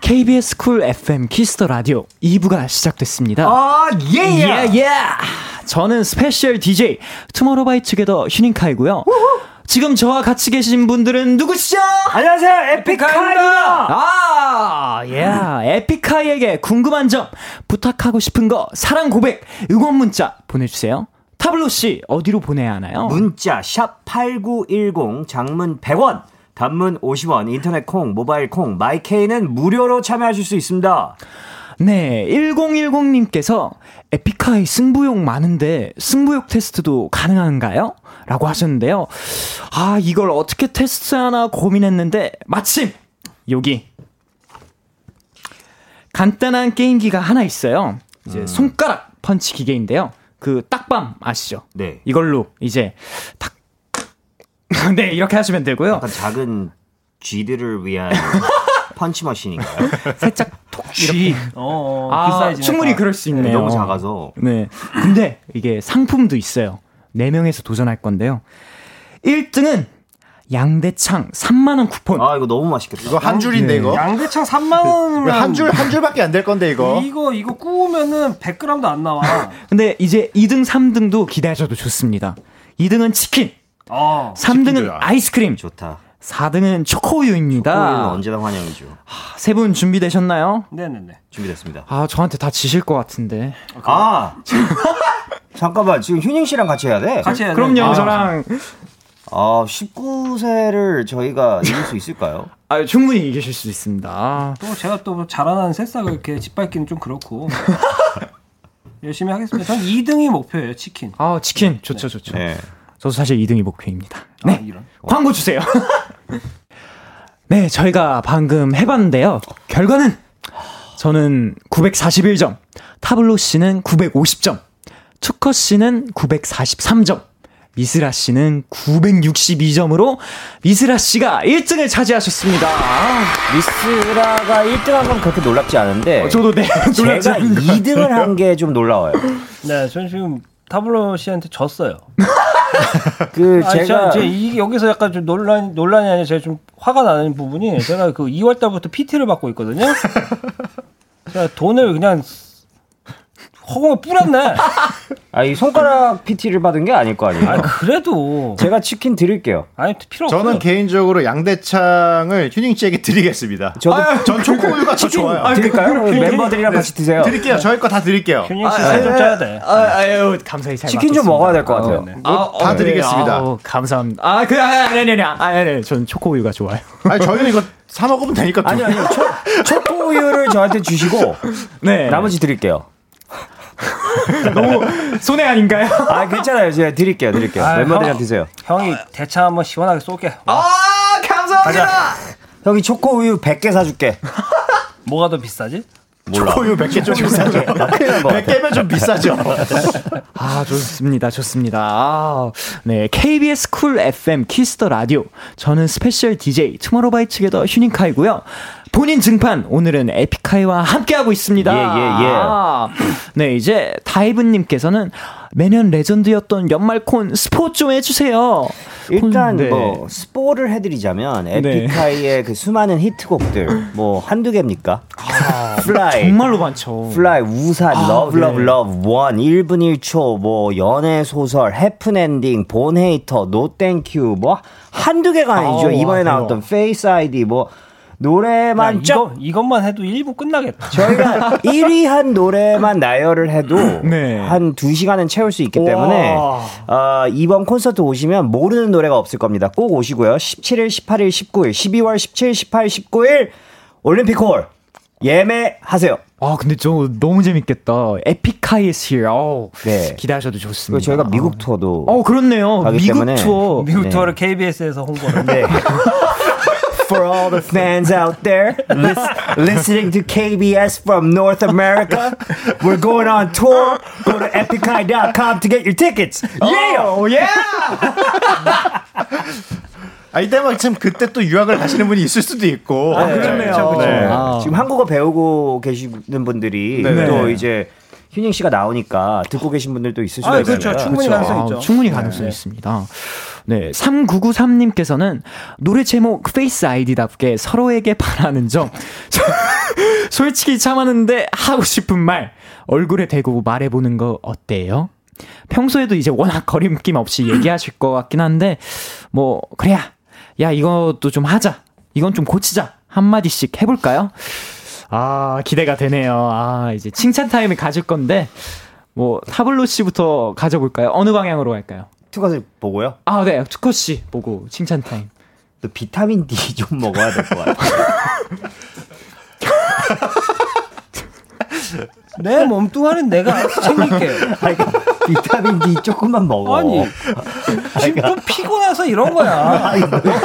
A: KBS 쿨 FM 키스터 라디오 2부가 시작됐습니다.
F: 아 예예.
A: 예, 예. 저는 스페셜 DJ 투모로우바이투게더 휴닝카이고요. 지금 저와 같이 계신 분들은 누구시죠?
F: 안녕하세요 에픽하입니다.
A: 아, 예. 에픽하이에게 궁금한 점, 부탁하고 싶은 거, 사랑 고백, 응원 문자 보내주세요. 타블로 씨 어디로 보내야 하나요?
F: 문자 샵8910 장문 100원. 단문 50원, 인터넷 콩, 모바일 콩, 마이케이는 무료로 참여하실 수 있습니다.
A: 네, 1010님께서 에픽하이 승부욕 많은데 승부욕 테스트도 가능한가요? 라고 하셨는데요. 아, 이걸 어떻게 테스트하나 고민했는데 마침 여기 간단한 게임기가 하나 있어요. 이제 손가락 펀치 기계인데요. 그 딱밤 아시죠?
F: 네.
A: 이걸로 이제 탁 [LAUGHS] 네, 이렇게 하시면 되고요.
F: 약간 작은 쥐들을 위한 펀치 머신인가요?
A: 살짝 톡
D: 쥐. 어, 어, 그
A: 아,
D: 사이즈가
A: 충분히
D: 다.
A: 그럴 수 있네요.
F: 너무 작아서
A: 네. 근데 이게 상품도 있어요. 4명에서 도전할 건데요. 1등은 양대창 3만원 쿠폰.
F: 아 이거 너무 맛있겠다.
E: 이거 한 줄인데 이거
D: 양대창 3만 원이면
E: 한 줄 한 줄밖에 안 될 건데 이거
D: 이거 이거 구우면은 100g도 안 나와.
A: 근데 이제 2등, 3등도 기대하셔도 좋습니다. 2등은 치킨,
D: 어.
A: 3등은
E: 치킨도야.
A: 아이스크림,
F: 좋다.
A: 4등은
F: 우리는
A: 초코우유입니다.
F: 언제나 환영이죠.
A: 세 분 준비되셨나요?
D: 네네네.
F: 준비됐습니다.
A: 아, 저한테 다 지실 것 같은데.
F: 아 [LAUGHS] 잠깐만 지금 휴닝 씨랑 같이 해야 돼.
D: 같이 해야 돼.
A: 그럼요,
D: 아.
A: 저랑.
F: 아 19세를 저희가 이길 수 있을까요?
A: 아, 충분히 이기실 수 있습니다. 아,
D: 또 제가 또 자라나는 새싹을 이렇게 짓밟기는 좀 그렇고. 열심히 하겠습니다. 전 2등이 목표예요, 치킨.
A: 아, 치킨. 좋죠, 좋죠.
F: 네.
A: 저도 사실 2등이 목표입니다.
D: 아,
A: 네.
D: 이런.
A: 광고 주세요. [LAUGHS] 네, 저희가 방금 해봤는데요. 결과는 저는 941점, 타블로 씨는 950점, 투커 씨는 943점, 미스라 씨는 962점으로 미스라 씨가 1등을 차지하셨습니다. 아,
F: 미스라가 1등한 건 그렇게 놀랍지 않은데
A: 저도 네, 놀랐죠.
F: [LAUGHS] 제가 2등을 한 게 좀 놀라워요.
D: 네, 전 지금 타블로 씨한테 졌어요.
F: 그
D: 아, 제가
F: 제가
D: 제 이, 여기서 약간 좀 논란 논란이 아니라 제가 좀 화가 나는 부분이 제가 그 2월 달부터 PT를 받고
F: [LAUGHS]
D: 있거든요. 제가 돈을 그냥 허공에 뿌렸네.
F: 아 이 손가락 PT를 받은 게 아닐 거 아니에요.
D: 아 그래도
F: 제가 치킨 드릴게요.
D: 아니 필요 없어요.
E: 저는 개인적으로 양대창을 휴닝 씨에게 드리겠습니다.
F: 저도
E: 전 초코우유가 더 아, 그러니까 좋아요.
A: 그
E: 네.
F: 드릴까요?
A: 네.
F: 멤버들이랑 같이 드세요.
E: 드릴게요. 저희 거 다 드릴게요.
D: 휴닝
E: 예.
D: 씨살좀 짜야 돼.
A: 아, 아유, 감사히 잘
F: 치킨 좀
A: 맡겼습니다.
F: 먹어야 될 것 같아요.
A: 네,
F: 뭐
A: 아, 어,
E: 다
A: 네.
E: 드리겠습니다.
A: 아우, 감사합니다. 아, 그, 아, 아니, 아니, 아니, 아니, 아니, 저는 초코우유가 좋아요.
E: 아니 저희는 이거 사 먹으면 되니까.
F: 아니 아니요. 초, 초코우유를 저한테 주시고
A: 네.
F: 나머지 드릴게요.
A: 너무 손해 아닌가요?
F: 아 괜찮아요. 제가 드릴게요. 드릴게요.
D: 아,
F: 멤버들이랑
D: 형.
F: 드세요.
D: 형이 대차 한번 시원하게 쏠게.
A: 아, 감사합니다.
F: 형이 초코우유 100개 사줄게.
D: 뭐가 더 비싸지?
E: 초코우유 100개 좀 뭐. 비싸죠.
F: 큰일 난것 같아.
E: 100개면 좀 비싸죠.
A: 아, 좋습니다. 좋습니다. 아, 네. KBS 쿨 FM 키스터 라디오. 저는 스페셜 DJ 투모로우바이투게더 휴닝카이고요. 본인 증판 오늘은 에픽하이와 함께하고 있습니다.
F: 예, 예, 예.
A: 아, 네, 이제 다이브님께서는 매년 레전드였던 연말콘 스포츠 좀 해주세요.
F: 일단
A: 네.
F: 뭐 스포를 해드리자면
A: 네.
F: 에픽하이의 그 수많은 히트곡들 뭐 한두 개입니까? 플라이
A: 아, 정말로 많죠.
F: 플라이, 우산,
A: 아,
F: 러브,
A: 네.
F: 러브, 러브, 원, 1분 1초, 뭐, 연애소설, 해픈엔딩, 본헤이터, 노땡큐, 뭐, 한두 개가 아니죠.
A: 아우,
F: 이번에
A: 아, 대박.
F: 나왔던 페이스 아이디, 뭐,
D: 야,
F: 노래만 쫙.
D: 이거 이것만 해도 1부
A: [LAUGHS]
D: 끝나겠다. [LAUGHS]
F: 저희가 1위 한 노래만 나열을 해도
A: 네.
F: 한 2시간은 채울 수 있기 때문에
A: 와.
F: 어, 이번 콘서트 오시면 모르는 노래가 없을 겁니다. 꼭 오시고요. 17일, 18일, 19일, 12월 17, 18, 19일 올림픽홀 예매하세요.
A: 아, 근데 저 너무 재밌겠다. 에픽하이 is here. 어우,
F: 네.
A: 기대하셔도 좋습니다.
F: 그리고 저희가 미국 투어도
A: 어, 그렇네요.
F: 가기
A: 미국
F: 때문에.
A: 투어.
D: 미국
F: 네.
D: 투어를 KBS에서 홍보를.
F: 네. [LAUGHS] For all the fans out there lis- listening to KBS from North America, we're going on tour. Go to epikai.com to get your tickets.
D: Oh,
F: Yeah!
A: 오, 예!
E: 아 이때만 참 그때 또 유학을 가시는 분이 있을 수도 있고.
A: 아, 그렇네요.
E: 그쵸, 그쵸.
A: 네.
D: 아.
F: 지금 한국어 배우고 계시는 분들이
E: 네.
F: 또
E: 네.
F: 이제 휴닝 씨가 나오니까 듣고 계신 분들도 있을 수도
D: 아,
F: 있어요.
D: 그렇죠. 충분히 가능성이 있죠.
A: 충분히 가능성이 있습니다. 네, 3993님께서는 노래 제목 페이스 아이디답게 서로에게 바라는 점. [LAUGHS] 저- 솔직히 참았는데 하고 싶은 말. 얼굴에 대고 말해보는 거 어때요? 평소에도 이제 워낙 거림낌 없이 얘기하실 것 같긴 한데, 뭐, 그래야. 야, 이것도 좀 하자. 이건 좀 고치자. 한마디씩 해볼까요? 아, 기대가 되네요. 아, 이제 칭찬 타임을 가질 건데, 뭐, 타블로 씨부터 가져볼까요? 어느 방향으로 할까요?
F: 투컷을 보고요.
A: 아, 네, 투커 씨 보고 칭찬 타임.
F: 또 비타민 D [LAUGHS] 좀 먹어야 될 것 같아요. [LAUGHS]
D: 내 몸뚱아리는 내가 알아서 챙길게.
F: [LAUGHS] 아니, 비타민 D 조금만 먹어. [LAUGHS]
D: 아니
F: 그러니까.
D: 지금 좀 피곤해서 이런 거야. 아니, 그러니까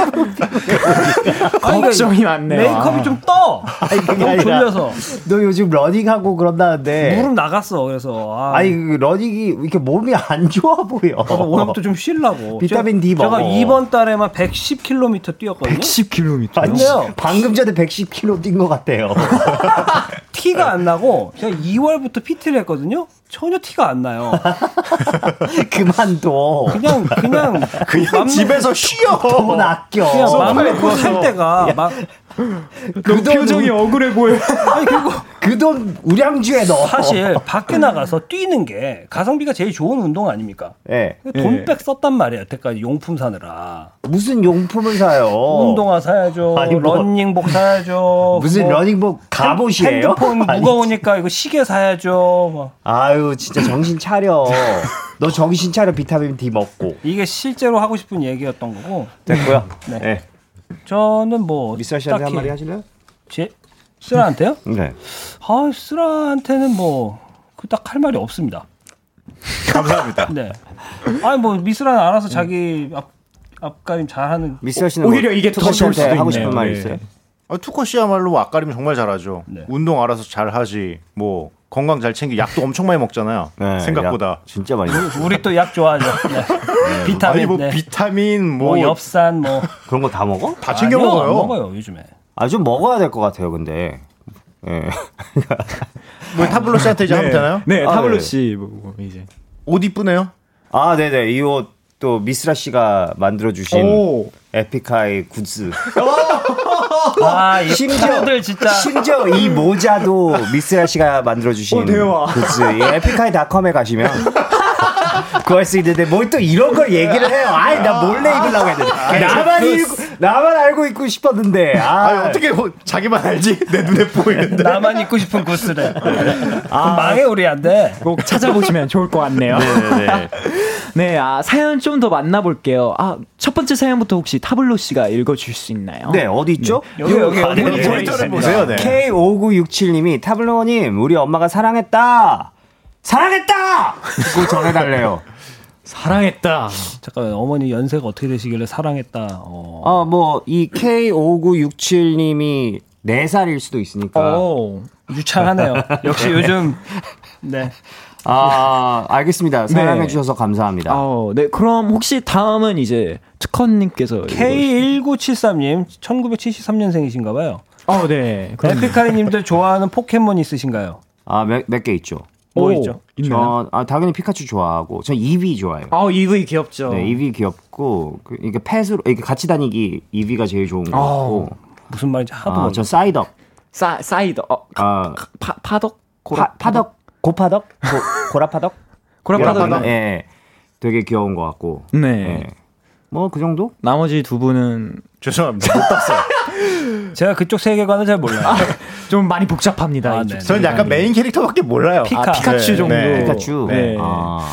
A: 걱정이 많네.
D: 메이크업이 좀 떠.
F: 그게
D: 너무
F: 아니라
D: 졸려서
F: 너 요즘 러닝하고 그런다는데.
D: 무릎 나갔어. 그래서 아,
F: 아니 그 러닝이 이렇게 몸이 안 좋아 보여.
D: 저도 오늘부터 좀 쉬려고.
F: 비타민 D
D: 제가
F: 먹어.
D: 이번 달에만 110km 뛰었거든요.
A: 110km.
F: 아니,
D: 좋네요.
F: 방금 전에 110km 뛴 것 같아요. [LAUGHS]
D: 티가 안 나고 제가 2월부터 PT를 했거든요. 전혀 티가 안 나요.
F: 그만둬.
D: 그냥 그냥
E: 그냥
D: 맘-
E: 집에서 쉬어.
F: 돈 아껴.
D: 그냥 맘
E: 소파에
D: 놓고 살
E: 누워서.
D: 때가 막
F: 어. 그
A: 표정이
F: 돈,
A: 억울해 보여.
D: [LAUGHS] 아니 그리고
F: 그돈 우량주에 넣어.
D: 사실 밖에 나가서 뛰는 게 가성비가 제일 좋은 운동 아닙니까?
F: 예.
D: 돈백 썼단 말이야 여태까지 용품 사느라
F: 무슨 용품을 사요?
D: 운동화 사야죠
F: [LAUGHS] 아니, 뭐-
D: 러닝복 사야죠
F: [LAUGHS] 무슨
D: 뭐
F: 러닝복 갑옷이에요?
D: 핸드폰
F: 아니,
D: 무거우니까 이거 시계 사야죠 뭐.
F: 아유 진짜 정신
D: [LAUGHS]
F: 차려. 너 정신 차려 비타민 D 먹고
D: 이게 실제로 하고 싶은 얘기였던 거고
F: 됐고요.
D: 네.
F: 네.
D: 저는 뭐
F: 미스터 씨한테 한
D: 딱히
F: 마디 하실래요?
D: 제 쓰라한테요?
F: 네.
D: 아 쓰라한테는 뭐 그 딱 할 말이 없습니다.
E: 감사합니다.
D: [LAUGHS] 네. 아니 뭐 미스라는
F: 음.
D: 알아서 자기 앞 앞가림 잘하는
F: 미스터 씨는 뭐
A: 오히려 이게 더
F: 투컷 씨한테
A: 좋을 수도
F: 하고
A: 있네요.
F: 싶은 말
A: 네.
F: 있어요?
E: 아, 투코 씨야말로 앞가림 정말 잘하죠.
D: 네.
E: 운동 알아서 잘하지. 뭐 건강 잘 챙기. 약도 엄청 많이 먹잖아요.
F: 네,
E: 생각보다.
F: 야, 진짜 많이 먹어요.
D: 우리 또 약 좋아하죠.
F: [LAUGHS]
D: 네. 비타민,
E: 아니 뭐
D: 네.
E: 비타민
D: 뭐
E: 뭐 다
D: 엽산 뭐
F: 그런 거 다 먹어?
E: 챙겨
D: 아니요, 안
E: 먹어요.
D: 먹어요 요즘에.
F: 아 좀 먹어야 될 것 같아요 근데. 예.
E: 뭐 타블로 씨한테 이제 하면 되나요?
A: 네,
F: 아,
A: 타블로
F: 네.
A: 씨 뭐, 뭐 이제.
E: 옷 이쁘네요.
F: 아 네네 이 옷 또 미스라 씨가 만들어 주신
E: 오.
F: 에픽하이 굿즈.
A: 어,
D: 아, 이
F: 심지어-
D: 친구들 진짜
F: 심지어 이 모자도 미스라 씨가 만들어 주신
A: 어, 대박.
F: 굿즈. 이 에픽하이닷컴에 가시면 구할 수 있는데 뭘 또 이런 걸 얘기를 해요. 아이 나 몰래
A: 아,
F: 입으려고 했는데 나만 읽고 나만 알고 있고 싶었는데 아,
E: 아 어떻게 호- 자기만 알지? 내 눈에 보이는데.
A: 네,
D: 나만 입고 싶은 구스래. 아, 망해 우리 안 돼.
A: 꼭 찾아보시면 좋을 것 같네요.
E: 네네네.
A: 네, 아, 사연 좀 더 만나볼게요. 아, 첫 번째 사연부터 혹시 타블로 씨가 읽어줄 수 있나요?
F: 네 어디 있죠?
D: 여기 여기 여기
A: 아니,
D: 여기
A: 모니터를
E: 모니터를
D: 있습니다.
E: 보세요. 네.
F: K5967님이 타블로님 우리 엄마가 사랑했다. 사랑했다! 듣고 전해달래요.
A: 사랑했다.
D: 잠깐만 어머니 연세가 어떻게 되시길래 사랑했다. 어.
F: [LAUGHS] 어, 뭐, 이 K5967님이 4살일 수도 있으니까.
A: 오.
D: 유창하네요. 역시 요즘 네.
F: 아, 알겠습니다. 사랑해주셔서 감사합니다.
A: 아, 네, 그럼 혹시 다음은 이제 특허님께서.
D: K1973님 1973년생이신가 봐요.
A: 어, 네. 그럼-
D: 에픽하이 님들 좋아하는 포켓몬 있으신가요?
F: 아, 몇, 몇 개 있죠?
D: 뭐
A: 오,
D: 있죠?
A: 있나요?
F: 저, 아, 당연히 피카츄 좋아하고, 전 이비 좋아해요.
A: 아, EV 귀엽죠.
F: 네, 이비 귀엽고, 그, 이게 펫으로, 이게 같이 다니기 이비가 제일 좋은 것 같고,
D: 무슨 말인지 하도
F: 아,
D: 모르겠어요.
F: 전 사이덕,
A: 사, 사이더, 어, 가-
F: 아,
A: 파, 파덕? 고라,
F: 파, 파덕, 고파덕? 고, [LAUGHS] 고라파덕?
A: 고라 파덕.
F: 예. 네, 되게 귀여운 것 같고.
A: 네.
F: 뭐 그 정도?
A: 나머지 두 분은
E: 죄송합니다. 못 봤어요.
D: 제가 그쪽 세계관을 잘 몰라요.
A: 좀 많이 복잡합니다.
D: 아,
A: 이쪽
D: 네.
E: 저는 약간 메인 캐릭터밖에 몰라요.
D: 피카.
A: 아, 피카츄
E: 네,
A: 정도.
E: 네.
F: 피카츄.
A: 네.
F: 뭐, 아.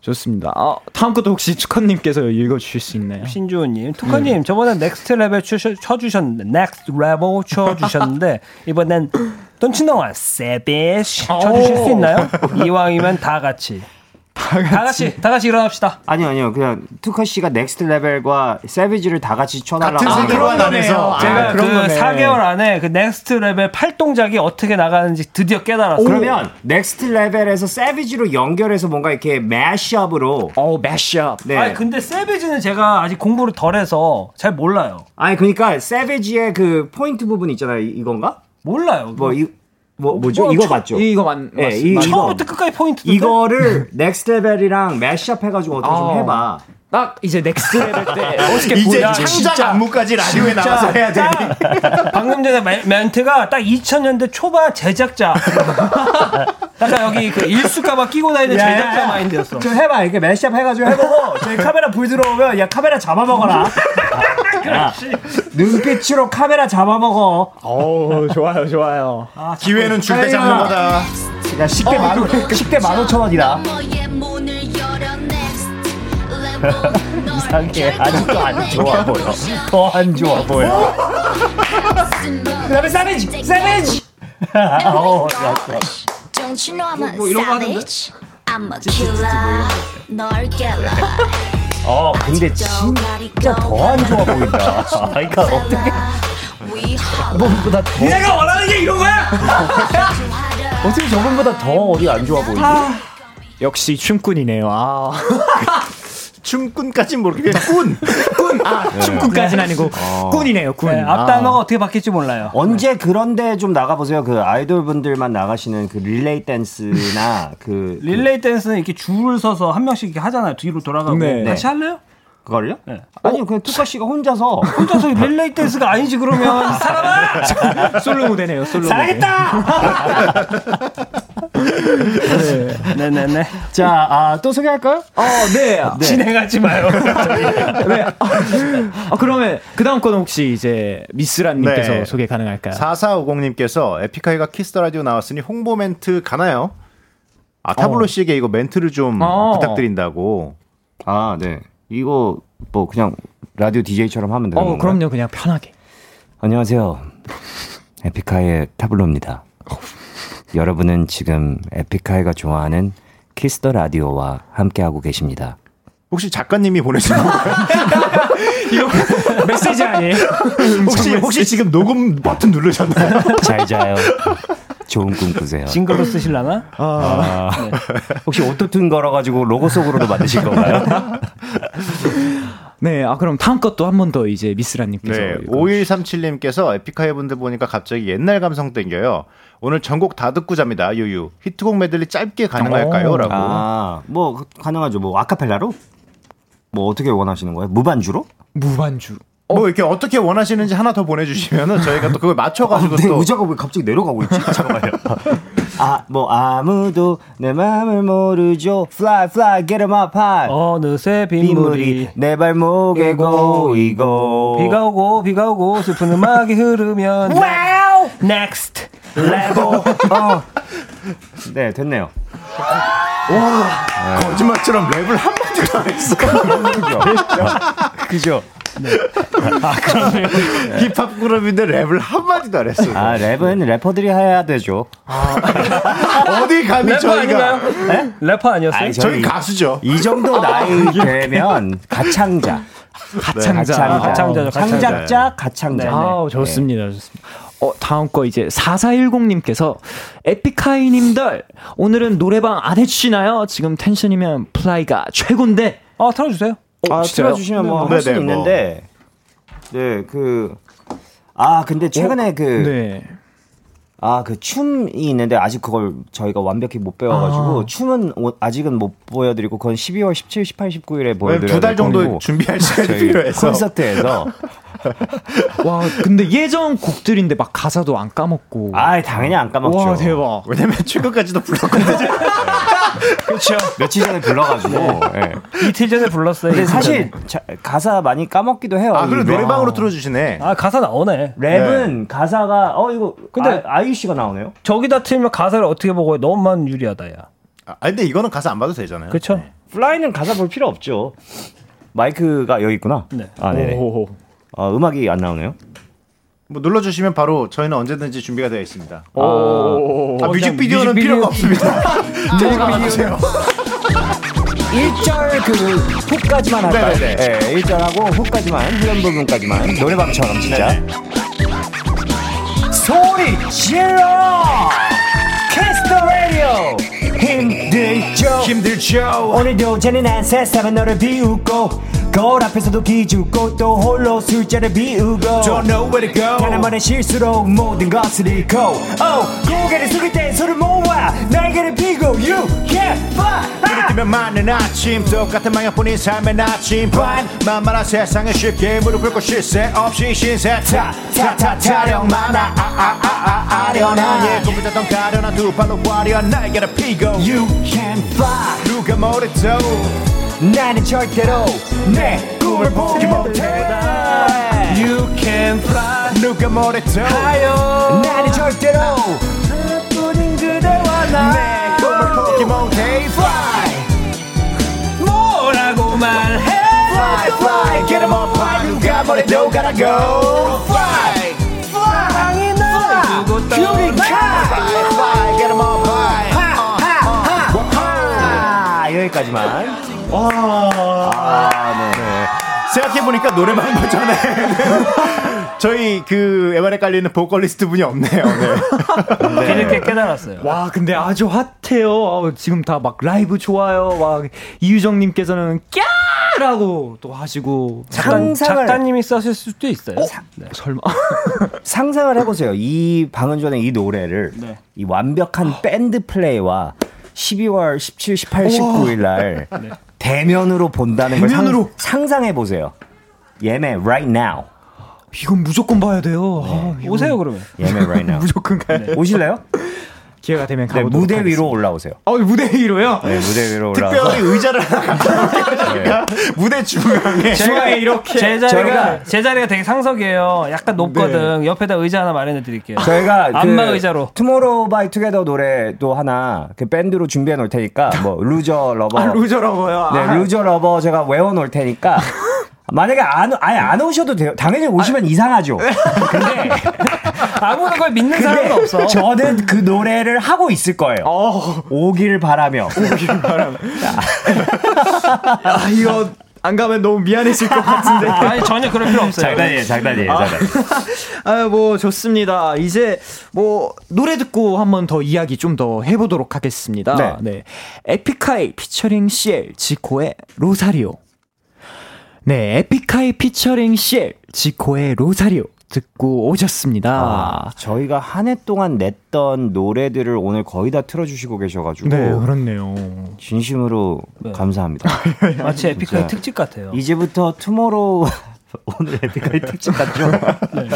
A: 좋습니다. 아, 다음 것도 혹시 축하님께서 읽어주실 수 있나요?
D: 신주호님, 투카님 저번에 넥스트 레벨 추셔- 쳐주셨는데 넥스트 레벨 쳐주셨는데 이번엔 던치너와 세비시 쳐주실 수 있나요? 이왕이면 다 같이. 다 같이 다 같이, 일어납시다.
F: 아니요, 아니요. 그냥 투카 씨가 넥스트 레벨과 세비지를 다 같이 쳐달라고.
E: 같은 세계관 안에서
D: 제가 그
A: 그런 거네.
D: 4개월 안에 그 넥스트 레벨 팔 동작이 어떻게 나가는지 드디어 깨달았어요.
F: 그러면 넥스트 레벨에서 세비지로 연결해서 뭔가 이렇게 매시업으로
A: 어, 매시업.
F: 네.
D: 아니 그- 근데 세비지는 제가 아직 공부를 덜해서 잘 몰라요.
F: 아니 그러니까 세비지의 그 포인트 부분 있잖아요. 이- 이건가?
D: 몰라요.
F: 뭐 이 뭐 뭐죠?
D: 뭐,
F: 이거
D: 저-
F: 맞죠?
A: 어, 이거 만,
E: 네,
F: 예,
A: 맞-
F: 이-
A: 맞-
F: 이거-
D: 처음부터 끝까지 포인트
F: 이거를 넥스트 레벨이랑 매시업 해가지고 어떻게
A: 아.
F: 좀 해봐.
A: 딱 이제 넥스트 레벨
E: [LAUGHS]
A: 때 어떻게
E: 이제
A: 보자.
E: 창작 [LAUGHS] 안무까지 라디오에 나와서 해야 돼.
D: 방금 전에 멘- 멘트가 딱 2000년대 초반 제작자. 약간 여기 그 일수가방 끼고 다니는
F: 야, 야,
D: 제작자
F: 야.
D: 마인드였어.
F: 좀 해봐. 이렇게 매시업 해가지고 [LAUGHS] 해보고 저희 카메라 불 들어오면 야 카메라 잡아먹어라. 야, 눈빛으로 카메라 잡아먹어.
A: 어, 좋아요, 좋아요.
E: 기회는 줄 때 잡는 거다.
F: 야 10대 만 10대 만 5천 원이다. [LAUGHS]
I: 이상해 아직도 안 좋아 보여
F: 더 안 좋아 보여.
I: 그다음에 세비지 세비지 어, 야, 뭐, 뭐 이런 거 하는데? 뭐 I'm a killer. 널 깰라.
F: 아 근데 진짜 더 안 좋아 보인다.
I: [LAUGHS]
F: 그러니까 어떻게
I: We holla.
F: 저번보다 더
D: 내가 원하는 게 이런 거야?
F: 어떻게 저번보다 더 어디 안 좋아 보이지?
A: 역시 춤꾼이네요. 아. [LAUGHS]
E: 춤꾼까진 모르겠는데 꾼. [LAUGHS]
A: 아, 춤꾼까지는 아니고 꾼이네요, 아. 꾼.
D: 네,
F: 아.
D: 앞단어가 어떻게 바뀔지 몰라요.
F: 언제 그런데 좀 나가보세요. 그 아이돌 분들만 나가시는 그 릴레이 댄스나 그
D: 릴레이 댄스는 이렇게 줄을 서서 한 명씩 이렇게 하잖아요. 뒤로 돌아가고.
A: 네.
D: 같이 할래요?
F: 그걸요? 아니 그냥 투카 씨가 네. 어? 혼자서
D: 혼자서 릴레이 댄스가 아니지
F: [LAUGHS]
D: 그러면 이
A: [LAUGHS]
D: 사람아!
A: 솔로 무대네요, 솔로 무대.
D: 네네네.
F: 자, 아, 또 소개할까요?
A: 어, 네.
D: 진행하지 마요.
A: 네. 아, 그러면 그 다음 거는 혹시 이제 미스란님께서
E: 네.
A: 소개 가능할까요?
E: 4450님께서 에픽하이가 키스터 라디오 나왔으니 홍보 멘트 가나요? 아 타블로
A: 어.
E: 씨에게 이거 멘트를 좀
A: 어.
E: 부탁드린다고.
F: 아, 네. 이거 뭐 그냥 라디오 DJ처럼 하면 되는
A: 어,
F: 건가요?
A: 그럼요, 그냥 편하게.
F: 안녕하세요. 에픽하이의 타블로입니다. 여러분은 지금 에픽하이가 좋아하는 키스터 라디오와 함께하고 계십니다.
E: 혹시 작가님이
A: [LAUGHS]
E: 보내신 건가요?
A: 메시지 아니에요?
E: 혹시 혹시 지금 녹음 버튼 누르셨나요?
F: 잘 자요. 좋은 꿈 꾸세요.
D: 징글로 쓰실라나?
F: 아, 혹시 오토튠 걸어가지고 로고 속으로도 만드실 건가요?
A: 네, 아, 그럼 다음 것도 한 번 더 이제 그렇죠. 미스란님께서.
E: 네,
A: 읽어주시죠.
E: 5137님께서 에픽하이 분들 보니까 갑자기 옛날 감성 땡겨요. 오늘 전곡 다 듣고 잡니다. 유유. 히트곡 메들리 짧게
A: 오.
E: 가능할까요?라고.
F: 아, 뭐 그- 가능하죠. 뭐 아카펠라로? 뭐 어떻게 원하시는 거예요? 무반주로?
A: 무반주.
E: 뭐 이렇게 어떻게 원하시는지 하나 더 보내주시면은 저희가 또 그걸 맞춰가지고
F: 내
E: 또
F: 네, 의자가 왜 갑자기 내려가고 [LAUGHS] 있지? 잠깐만요. 아, 뭐 아무도 내 마음을 모르죠. Fly, fly, get 'em up high.
D: 어느새
F: 빗물이
D: 빗물이
F: 내 발목에 고이고 어,
D: 비가 오고 비가 오고 슬픈 음악이 흐르면
F: [LAUGHS]
D: 넥스트 레고
F: 어. 네 됐네요
E: 거짓말처럼 랩을 한마디도 안 했어.
F: 그죠 네.
E: 힙합 그룹인데 랩을 한마디도 안 했어.
F: 아 랩은 래퍼들이 해야 되죠
E: 어디
D: 래퍼
E: 감히 네, 저희가
D: 아닌가요? 네? 래퍼 아니었어요?
F: 아니,
E: 저희
F: 아, 저희-
E: 가수죠.
F: 이 정도 나이 되면 가창자
A: 가창자.
F: 가창자 네.
D: 가창자죠, 가창자.
F: 창작자 가창자
A: 아우, 좋습니다. 좋습니다. 어, 다음 거 이제 4410님께서 에픽하이님들 오늘은 노래방 안 해주시나요? 지금 텐션이면 플라이가 최고인데.
D: 어 틀어주세요.
A: 어,
F: 아
A: 진짜요?
F: 틀어주시면 뭐
E: 네,
F: 할 수는
E: 네, 뭐.
F: 있는데 네 그 아, 근데 최근에 그,
A: 네.
F: 아, 그 춤이 있는데 아직 그걸 저희가 완벽히 못 배워가지고,
E: 아.
F: 춤은 오- 아직은 못 보여드리고, 그건 12월 17, 18, 19일에 보여드려야
E: 두
F: 될
E: 달
F: 거고.
E: 정도 준비할 시간이
F: 저희
E: 필요해서.
F: 콘서트에서
A: 와, 근데 예전 곡들인데 막 가사도 안 까먹고.
F: 아 당연히 안 까먹죠.
A: 와, 대박.
E: 왜냐면 최근까지도 불렀거든요.
F: 그렇죠. 며칠 전에 불러가지고. 예.
D: 이틀 전에 불렀어요.
F: 근데
E: [LAUGHS]
F: 사실 자- 가사 많이 까먹기도 해요.
E: 아,
F: 이
E: 그리고
F: 랩.
E: 노래방으로 틀어주시네.
D: 아 가사 나오네.
F: 랩은 가사가 어 이거
D: 근데-
F: 근데 아, 이유 씨가 나오네요.
D: 저기다 틀면 가사를 어떻게 보고 너만 유리하다야.
E: 아, 근데 이거는 가사 안 봐도 되잖아요.
D: 그렇죠?
F: 플라이는 가사 볼 필요 없죠. 마이크가 여기 있구나.
D: 네.
F: 아 네네.
A: 오호호.
F: 어, 음악이 안 나오네요.
E: 뭐 눌러주시면 바로 저희는 언제든지 준비가 되어 있습니다.
A: 오.
E: 아, 뮤직비디오는 필요가
F: [LAUGHS]
E: 없습니다. 아, 저희가 와주세요.
F: 1절 네, 그 훅까지만 할까요?
E: 네네네.
F: 네, 1절하고 훅까지만 후렴 부분까지만 노래방처럼 진짜. 소리 질러! Kiss the radio! 힘들죠?
E: 힘들죠.
F: 오늘도 재미난 세상은 너를 비웃고 거울 앞에서도 기죽고 또 홀로 술자를 비우고
E: Don't know where to go.
F: 단한 번의 실수로 모든 것을 잃고 oh, 고개를 숙일 때 손을 모아 날개를 펴고 You can fly
E: 눈에 뜨면 많은 아침 똑같은 망연뿐인 삶의 아침 반 만만한 세상에 쉽게 무릎을 꿇고 실세 없이 신세 타타타 타령 많아 아아아아 아련한 예 꿈을 탔던 가련한 두 발로 화려한 날개를 피고
F: You can fly
E: 누가 뭐래도
F: 나는 절대로 내 꿈을 포기 못해
E: You can fly 누가 뭐래도
F: 나는 절대로
E: 내 꿈을 포기 못해 Fly
D: 뭐라고 말해?
E: Fly fly get em on fire 누가 뭐래도 gotta go Fly
F: 사랑이 나
E: Fly fly get em on fire
F: 하하하
E: 했지만. 아, 네. 생각해보니까 노래방 버전에 [LAUGHS] 저희 그 에반에 깔리는 보컬리스트 분이 없네요. 네.
D: 뒤늦게 깨달았어요.
A: 와, 근데 아주 핫해요. 아우, 지금 다 막 라이브 좋아요. 막 이유정님께서는 꺄라고 또 하시고.
D: 작가,
F: 상상을
D: 작가님이 썼을 수도 있어요.
A: 설마.
F: 상상을 해보세요. 이 방은전의 이 노래를
A: 네.
F: 이 완벽한 밴드 플레이와 12월 17, 18, 19일 날 [LAUGHS] 대면으로 본다는 걸
A: 네. 대면으로?
F: 상, 상해 보세요. 예매 right now.
A: 이건 무조건 봐야 돼요. 아, 이거
D: 오세요 그러면.
F: 예매 right
A: [LAUGHS]
F: now.
A: 무조건 가야 돼요.
F: [LAUGHS] 오실래요?
A: 기회가 되면
F: 네,
A: 가보도록
F: 무대
A: 하겠습니다.
F: 위로 올라오세요.
A: 어, 무대 위로요?
F: 네, 무대 위로 올라와서
E: 특별히 의자를 하나 갖다 놓게 무대 중앙에
D: 제가 이렇게 제
F: 저희가-
D: 자리가 제 자리가 되게 상석이에요. 약간 높거든. 옆에다 의자 하나 마련해 드릴게요.
A: [LAUGHS]
F: 저희가 그
D: 안마 의자로.
F: 투모로우 바이 투게더 노래도 하나 그 밴드로 준비해 놓을 테니까 뭐 루저 러버
A: 아, 루저라고요.
F: 네, 루저 러버 제가 외워 놓을 [LAUGHS] 테니까 만약에 안 아예 안 오셔도 돼요. 당연히 오시면 이상하죠. 근데
D: 아무도 그걸 믿는 사람은 없어.
F: 근데 저는 그 노래를 하고 있을 거예요. 어.
A: 어,
F: 오기를 바라며.
A: 아, 이거 안 가면 너무 미안해질 것 같은데.
D: [LAUGHS] 아니 전혀 그럴 필요 없어요.
F: 장난이에요, 장난이에요, 장난.
A: [LAUGHS] 아, 뭐 좋습니다. 이제 뭐 노래 듣고 한 번 더 이야기 좀 더 해보도록 하겠습니다.
F: 네.
A: 네. 에픽하이 피처링 CL 지코의 로사리오. 네, 에픽하이 피처링 CL 지코의 로사리오 듣고 오셨습니다.
F: 아, 저희가 한 해 동안 냈던 노래들을 오늘 거의 다 틀어주시고 계셔가지고
A: 네, 그렇네요.
F: 진심으로 [LAUGHS] 감사합니다.
D: 마치 에픽하이 특집 같아요.
F: 이제부터 투모로우 [LAUGHS] 오늘 에픽하이 특집 같죠? 네.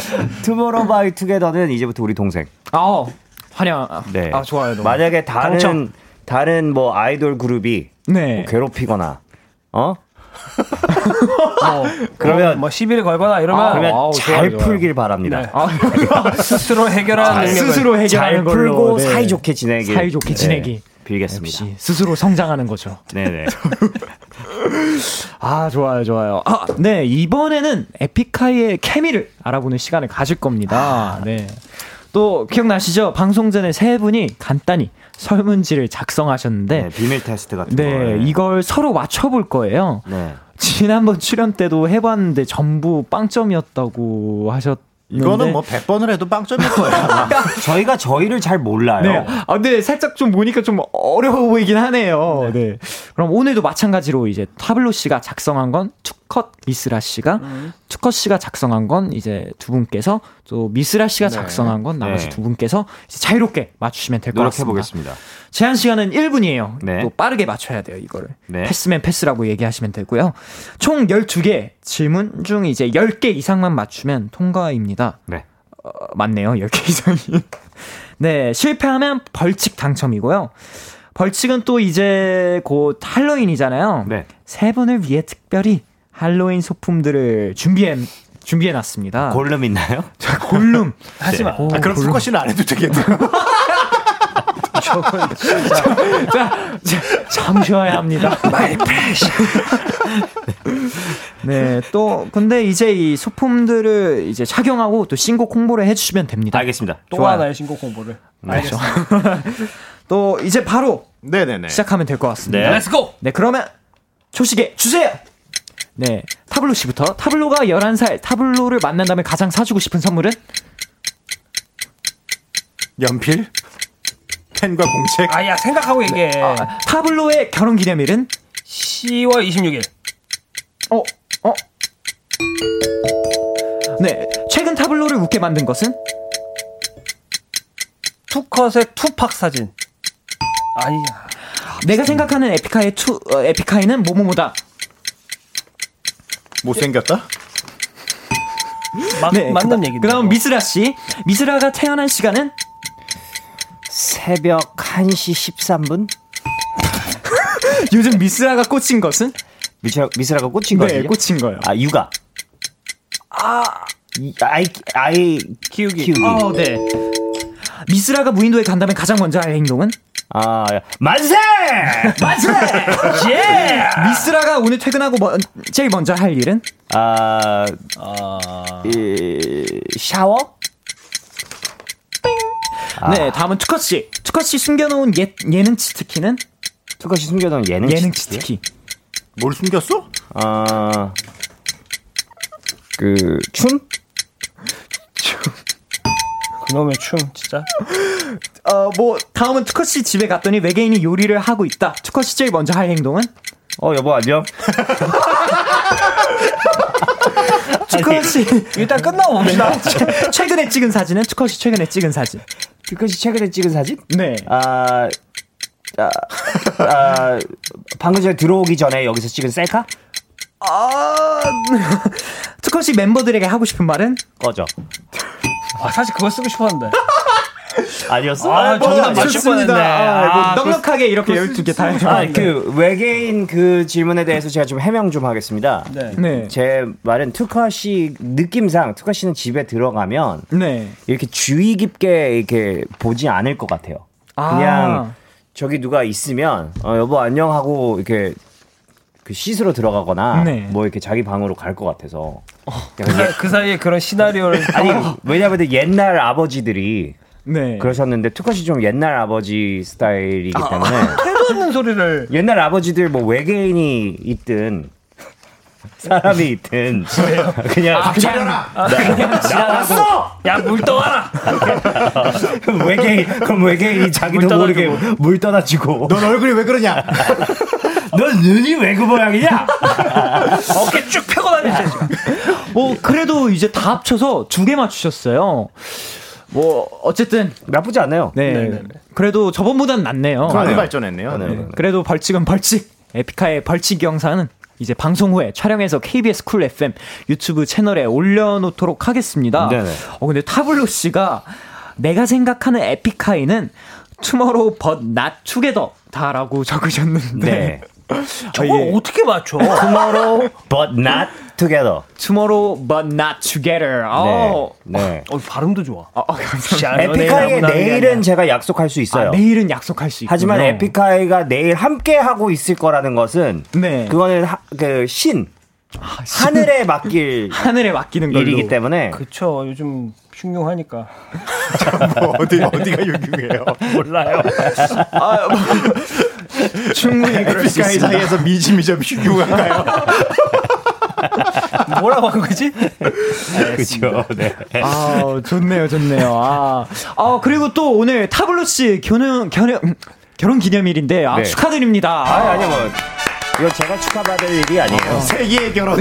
F: 투모로우 바이 투게더는 이제부터 우리 동생.
A: 아, 환영. 아, 좋아요. 너무.
F: 만약에 다른
A: 당첨.
F: 다른 뭐 아이돌 그룹이
A: 네.
F: 뭐 괴롭히거나 어?
A: 뭐,
F: [LAUGHS] 그러면
D: 뭐 시비를 걸거나 이러면
F: 그러면
A: 아우,
F: 잘
A: 좋아요, 좋아요.
F: 풀길 바랍니다.
A: [LAUGHS]
D: 네. 스스로
A: 아,
D: 해결하는 능력을
A: 스스로
F: 잘
A: 해결하는 걸로
F: 풀고
A: 네.
F: 사이좋게 지내기.
A: 사이좋게 지내기.
F: 빌겠습니다.
A: 역시 스스로 성장하는 거죠. [LAUGHS]
F: 네네.
A: 아 좋아요 좋아요 아 네 이번에는 에픽하이의 케미를 알아보는 시간을 가질 겁니다 네. 네또 기억나시죠 방송 전에 세 분이 간단히 설문지를
F: 네,
A: 작성하셨는데
F: 비밀 테스트 같은 거.
A: 네 음. 이걸 서로 맞춰볼 거예요
F: 네.
A: 지난번 출연 때도 해봤는데 전부 빵점이었다고 하셨는데
E: 이거는 뭐 100번을 해도 빵점일 거야.
F: 아, 저희가 저희를 잘 몰라요.
A: 네. 아, 근데 살짝 좀 보니까 좀 어려워 보이긴 하네요. 네. 그럼 오늘도 마찬가지로 이제 타블로 씨가 작성한 건 투컷 미스라 씨가
F: 음.
A: 투컷 씨가 작성한 건 이제 두 분께서 또 미스라 씨가 작성한 건 나머지
F: 네.
A: 두 분께서 이제 자유롭게 맞추시면 될 것
F: 노력해
A: 같습니다.
F: 보겠습니다.
A: 제한 시간은 1분이에요.
F: 네.
A: 또 빠르게 맞춰야 돼요, 이거를.
F: 네.
A: 패스면 패스라고 얘기하시면 되고요. 총 12개 질문 중 이제 10개 이상만 맞추면 통과입니다.
F: 네.
A: 어, 맞네요. 10개 이상이. [LAUGHS] 네, 실패하면 벌칙 당첨이고요. 벌칙은 또 이제 곧 할로윈이잖아요.
F: 네.
A: 세 분을 위해 특별히 할로윈 소품들을 준비해 준비해 놨습니다. [LAUGHS]
F: 골룸 있나요? [LAUGHS]
A: 골룸.
D: 하지 마.
E: 아, 그럼 수컷 씨는 안 해도 되겠다.
A: 자, 자, 잠시와야
F: [LAUGHS]
A: 합니다. [LAUGHS] 네, 또 근데 이제 이 소품들을 이제 착용하고 또 신곡 홍보를 해주시면 됩니다.
F: 알겠습니다.
D: 또
A: 좋아요.
D: 하나의 신곡 공보를.
A: 알겠죠. 또 이제 바로
E: 네네네.
A: 시작하면 될 것 같습니다.
F: 네.
D: 렛츠고!
A: 네, 그러면 초식에 주세요. 네, 타블로 씨부터 타블로가 11살 타블로를 만난 다음에 가장 사주고 싶은 선물은
E: 연필, 펜과 공책,
D: 아야 생각하고 얘기해.
A: 아, 타블로의 결혼 기념일은
D: 10월 26일.
A: 어, 어. 네, 최근 타블로를 웃게 만든 것은
D: 투컷의 투팍 사진. 아니야.
A: 내가 생각하는 에픽하의 투 어, 에픽하이는 뭐뭐뭐다.
E: 못생겼다?
D: 막,
A: 네,
D: 맞는
A: 그다-
D: 얘기네.
A: 그다음 미스라 씨, 미스라가 태어난 시간은
F: 새벽 1시 13분?
A: 요즘 미스라가 꽂힌 것은
F: 미스라, 미스라가 꽂힌 거예요?
A: 네, 꽂힌 거예요.
F: 아, 육아. 아, 아이, 아이 키우기. 키우기.
A: 어, 네. 미스라가 무인도에 간다면 가장 먼저 할 행동은
F: 아, 만세! 만세!
A: [LAUGHS]
F: 예!
A: 미스라가 오늘 퇴근하고 먼- 제일 먼저 할 일은
F: 아, 어. 이, 샤워? 아.
A: 네 다음은 투컷 씨 투컷 씨 숨겨놓은 옛 예능 치트키는
F: 투카씨 숨겨놓은 예능,
A: 예능
F: 치트키요?
A: 치트키.
E: 뭘 숨겼어?
F: 아, 그, 춤?
D: 그놈의 춤 진짜.
A: 어, 뭐 다음은 투커 씨 집에 갔더니 외계인이 요리를 하고 있다. 투커 씨 제일 먼저 할 행동은?
F: 어, 여보, 안녕?
A: 투커
F: [LAUGHS]
A: 씨 일단 끝나고 봅시다. [LAUGHS]
F: 네.
A: 최근에 찍은 사진은 투커 씨 최근에 찍은 사진.
F: 투카씨 최근에 찍은 사진?
A: 네.
F: 아, 아, 아, 방금 전에 들어오기 전에 여기서 찍은 셀카?
A: 아, 투커 씨 멤버들에게 하고 싶은 말은?
F: 꺼져.
D: 아 사실 그거 쓰고 싶었는데.
F: 아니었어?
D: 아, 정답 맞출
A: 좋습니다.
D: 뻔했네.
A: 아, 뭐
D: 아,
A: 넉넉하게 이렇게 12개 다
F: 그 아,
A: 해줘.
F: 그 외계인 그 질문에 대해서 제가 좀 해명 좀 하겠습니다.
D: 네.
A: 네.
F: 제 말은 투카 씨 느낌상 투카 씨는 집에 들어가면
A: 네.
F: 이렇게 주의 깊게 이렇게 보지 않을 것 같아요.
A: 아.
F: 그냥 저기 누가 있으면 어, 여보 안녕 하고 이렇게 그 씻으러 들어가거나
A: 네.
F: 뭐 이렇게 자기 방으로 갈 것 같아서.
D: 그,
F: 약간
D: [LAUGHS] 사- 그 사이에 그런 시나리오를
F: 예- 아니 왜냐하면 옛날 아버지들이
A: 네.
F: 그러셨는데 투카 씨 좀 옛날 아버지 스타일이기 때문에
D: 해도 없는 소리를
F: 옛날 아버지들 뭐 외계인이 있든 사람이 있든 그냥
D: 아, 그냥 지나갔어. 야물 떠와라.
F: 외계인 그럼 외계인이 자기도
D: 물
F: 모르게 물 떠다주고
E: 넌 얼굴이 왜 그러냐?
F: 넌 눈이 왜 그 모양이냐?
D: 어깨 쭉 펴고 다니지.
A: 뭐 그래도 이제 다 합쳐서 두 개 맞추셨어요. 뭐 어쨌든
F: 나쁘지 않아요.
A: 네. 그래도 저번보단 낫네요.
E: 많이 어, 발전했네요.
F: 네.
E: 네.
A: 그래도 벌칙은 벌칙. 에픽하의 벌칙 영상은 이제 방송 후에 촬영해서 KBS 쿨 FM 유튜브 채널에 올려놓도록 하겠습니다.
F: 네네.
A: 어 근데 타블로 씨가 내가 생각하는 에픽하이는 투모로우 벗낫 투게더다라고 적으셨는데
F: 네.
D: 저거 어떻게 맞춰?
F: Tomorrow but not together.
A: 투모로우 벗낫 투게더.
F: 네.
A: 어.
F: 네.
D: 어, 발음도 좋아.
F: 에픽하이의 내일은 제가 약속할 수 있어요.
A: 아, 내일은 약속할 수 있군요.
F: 하지만 에픽하이가 내일 함께 하고 있을 거라는 것은
A: 네.
F: 그거는 하- 그 신, 하늘에 맡길
A: 하늘에 맡기는 걸로.
F: 일이기 때문에
D: 그쵸 요즘 흉흉하니까
E: 뭐 어디 어디가 [LAUGHS] 유명해요?
D: 몰라요.
A: 아, 뭐, [LAUGHS] 충분히 그럴 수
E: 에픽하이
A: 있습니다.
E: 사이에서 미심이 좀 [LAUGHS] 흉흉한가요?
D: 뭐라고 한 거지?
F: 그렇죠. 네.
A: 아, 좋네요, 좋네요. 아, 아 그리고 또 오늘 타블로 씨 결혼 결혼 음, 결혼 기념일인데 아,
F: 네.
A: 축하드립니다.
F: 아니
A: 아,
F: 아니 뭐 이거 제가 축하받을 일이 아니에요.
E: 네. 세계의 결혼.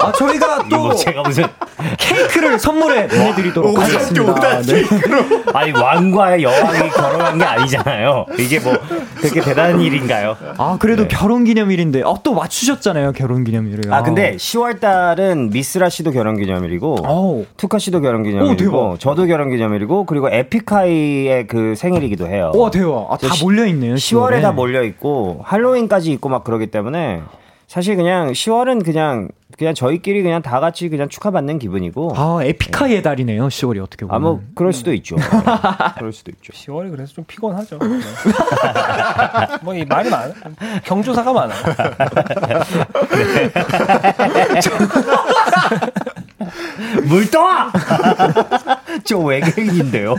A: 아,
F: [LAUGHS]
A: 저희가 또
F: 뭐 제가 무슨
A: 케이크를 선물해 보내드리도록
E: 아,
A: 하겠습니다. 네.
F: 아니 왕과의 여왕이 결혼한 게 아니잖아요. 이게 뭐 그렇게 대단한 일인가요?
A: 아 그래도 결혼 기념일인데 아, 또 맞추셨잖아요 결혼 기념일을.
F: 네. 아 근데 10월 달은 미스라 씨도 결혼 기념일이고
A: 아우.
F: 투카 씨도 결혼 기념일이고
A: 대박.
F: 저도 결혼 기념일이고 그리고 에픽하이의 그 생일이기도 해요.
A: 와 대박. 아, 다
F: 시-
A: 몰려 있네요.
F: 10월에 다 몰려 있고 할로윈까지 있고 막 그러기 때문에 사실 그냥 10월은 그냥 그냥 저희끼리 그냥 다 같이 그냥 축하받는 기분이고
A: 아 에픽하의 달이네요 10월이 어떻게 보면.
F: 아뭐 그럴 수도 있죠. 네, 그럴 수도 있죠.
D: 10월이 그래서 좀 피곤하죠. 뭐 이 말이 많아. 경조사가 많아.
F: 물 떠와! [LAUGHS] 저 외계인인데요.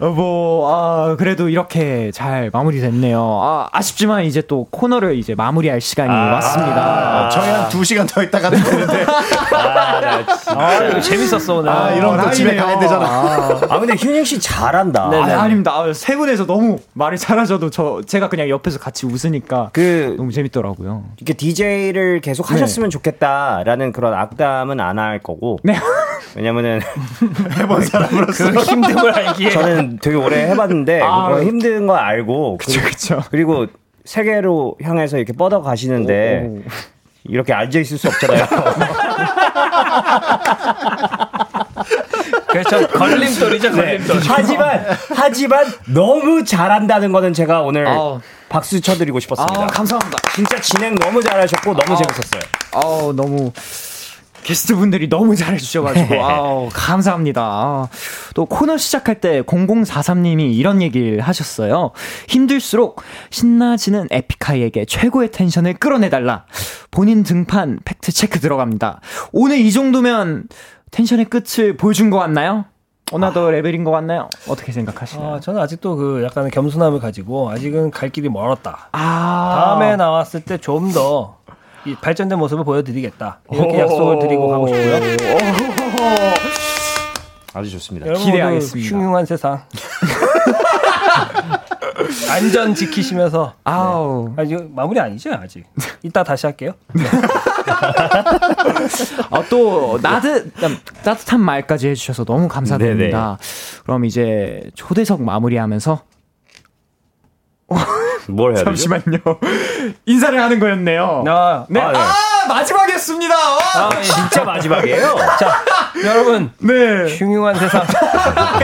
A: 어, 뭐, 아, 그래도 이렇게 잘 마무리됐네요. 아, 아쉽지만 이제 또 코너를 이제 마무리할 시간이
E: 아.
A: 왔습니다.
E: 어, 저희 한2 시간 더 있다 가도 되는데.
D: 아, 이거 재밌었어 오늘.
E: 아, 이런 거 집에 가야 되잖아.
F: 아 근데 휴닝 씨 잘한다.
A: 아, 아닙니다. 아, 세 분에서 너무 말을 잘하셔도 저, 제가 그냥 옆에서 같이 웃으니까
F: 그
A: 너무 재밌더라고요.
F: 이렇게 DJ를 계속 하셨으면 좋겠다라는 그런 악담은 안 할 거고.
A: 네.
F: 왜냐면은
E: 해본 사람으로서.
D: 그 힘듦을 알기에
F: 저는 되게 오래 해봤는데
A: 아.
F: 그거 힘든 거 알고
A: 그쵸, 그쵸.
F: 그리고 세계로 향해서 이렇게 뻗어 가시는데 이렇게 앉아 있을 수 없잖아요.
D: 그렇죠 걸림돌이죠
F: 네.
D: 걸림돌.
F: 하지만 하지만 너무 잘한다는 거는 제가 오늘
A: 아우.
F: 박수 쳐드리고 싶었습니다.
A: 아, 감사합니다. 아.
F: 진짜 진행 너무 잘하셨고 너무 재밌었어요.
A: 아우, 너무. 게스트분들이 너무
D: [LAUGHS] 네.
A: 잘해주셔가지고, 아우, 감사합니다. 아, 또 코너 시작할 때 0043님이 이런 얘기를 하셨어요. 힘들수록 신나지는 에픽하이에게 최고의 텐션을 끌어내달라. 본인 등판 팩트 체크 들어갑니다. 오늘 이 정도면 텐션의 끝을 보여준 거 같나요? 오나 더 레벨인 것 같나요? 어떻게 생각하시나요?
D: 아, 저는 아직도 그 약간의 겸손함을 가지고 아직은 갈 길이 멀었다.
A: 아,
D: 다음에 나왔을 때 좀 더 발전된 모습을 보여드리겠다. 이렇게 약속을 드리고 가고 싶고요.
F: 아주 좋습니다.
D: 여러분
A: 기대하겠습니다.
D: 모두 흉흉한 세상. [LAUGHS] 안전 지키시면서
A: 아우
D: 아, 이거 마무리 아니죠 아직. 이따 다시 할게요.
A: 아, 또 따뜻 네. 따뜻한 말까지 해주셔서 너무 감사드립니다. 그럼 이제 초대석 마무리하면서
F: 뭘 해야 되죠?
A: 잠시만요 인사를 하는 거였네요.
D: 아, 예.
A: 네,
F: 아, 네.
A: 아, 마지막이었습니다. 아,
F: 진짜 마지막이에요.
D: 자 여러분
A: 네.
D: 흉흉한 세상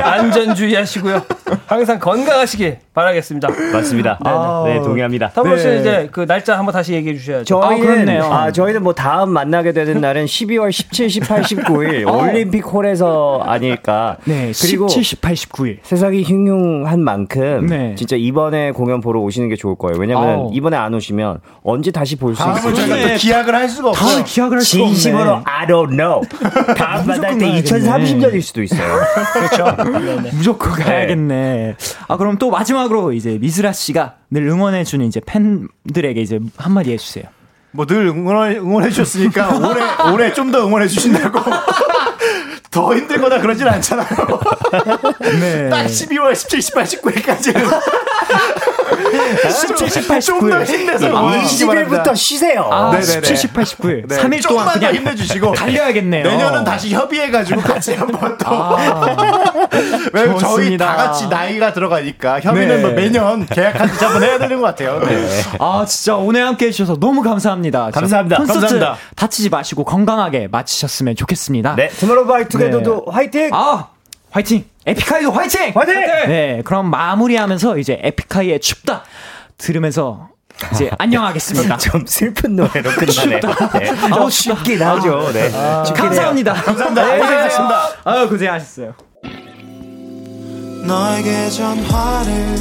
D: 안전주의하시고요. 항상 건강하시길 바라겠습니다.
F: 맞습니다. 네, 동의합니다.
D: 타블로 씨
A: 네.
D: 이제 그 날짜 한번 다시 얘기해 주셔야죠.
A: 아,
F: 저희는
A: 그렇네요.
F: 아, 저희는 뭐 다음 만나게 되는 날은 12월 17, 18,
A: 어.
F: 19일 올림픽 홀에서 아닐까.
A: 네,
F: 그리고
A: 17, 18, 19일.
F: 세상이 흉흉한 만큼
A: 네.
F: 진짜 이번에 공연 보러 오시는 게 좋을 거예요. 왜냐면
A: 아우.
F: 이번에 안 오시면 언제 다시 볼 수
A: 아,
E: 다음은 네.
F: 있을지.
A: 그렇죠.
E: 저희가 또 기약을 할 수가
A: 다음에
E: 없어요.
A: 기약을 할 수가 없네.
F: 진심으로 I don't know. 다음 만날 때
A: 가야겠네.
F: 2030년일 수도 있어요.
A: 무조건 가야겠네. 아 그럼 또 마지막으로 이제 미스라 씨가 늘 응원해주는 이제 팬들에게 이제 한마디 해주세요.
E: 뭐 늘 응원해, 응원해 주셨으니까 올해 올해 좀 더 응원해 주신다고. [LAUGHS] 더 힘들거나 그러진 않잖아요.
A: 네.
E: 딱 12월 17, 18, 19일까지는 17, 18, 19일. 좀더 힘내서 뭐 응원해 주시기 바랍니다.
F: 20일부터 쉬세요.
A: 아,
E: 네네네.
A: 17, 18, 19일.
E: 네,
A: 3일 동안
E: 조금만
A: 그냥
E: 더 힘내주시고
A: 달려야겠네요.
E: 내년은 다시 협의해가지고 [LAUGHS] 같이 한번 또. 왜냐면 저희
A: 좋습니다.
E: 다 같이 나이가 들어가니까 협의는
A: 네.
E: 뭐 매년 계약한 지 한번 해야 되는 것 같아요. 네.
A: 아 진짜 오늘 함께 해주셔서 너무 감사합니다. 진짜
F: 감사합니다.
A: 콘서트
F: 감사합니다.
A: 다치지 마시고 건강하게 마치셨으면 좋겠습니다.
F: 네, 투모로우바이투게더도 화이팅!
A: 아 화이팅! 에픽하이도 화이팅!
F: 화이팅!
A: 네 그럼 마무리하면서 이제 에픽하이의 춥다 들으면서 이제 안녕하겠습니다.
F: 좀 슬픈 노래로
E: [LAUGHS]
F: 끝나네.
E: 아,
F: 네. 좀 쉽긴 하죠. 네. 쉽긴 해요.
A: 감사합니다. 감사합니다. 네.
E: 아,
A: 고생하셨습니다. 아유 고생하셨어요.
J: 너에게 전화를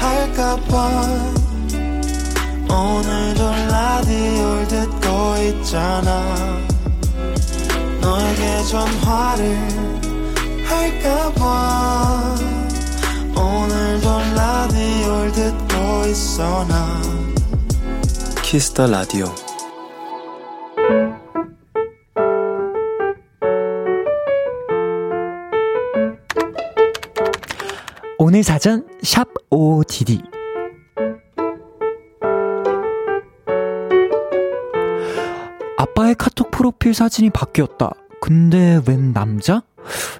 J: 할까봐 오늘도 라디오를 듣고 있잖아 너에게 전화를 할까봐 오늘도 라디오를 듣고 있어 나
B: 키스터 라디오.
A: 오늘 사전 샵 ODD 아빠의 카톡 프로필 사진이 바뀌었다. 근데 웬 남자?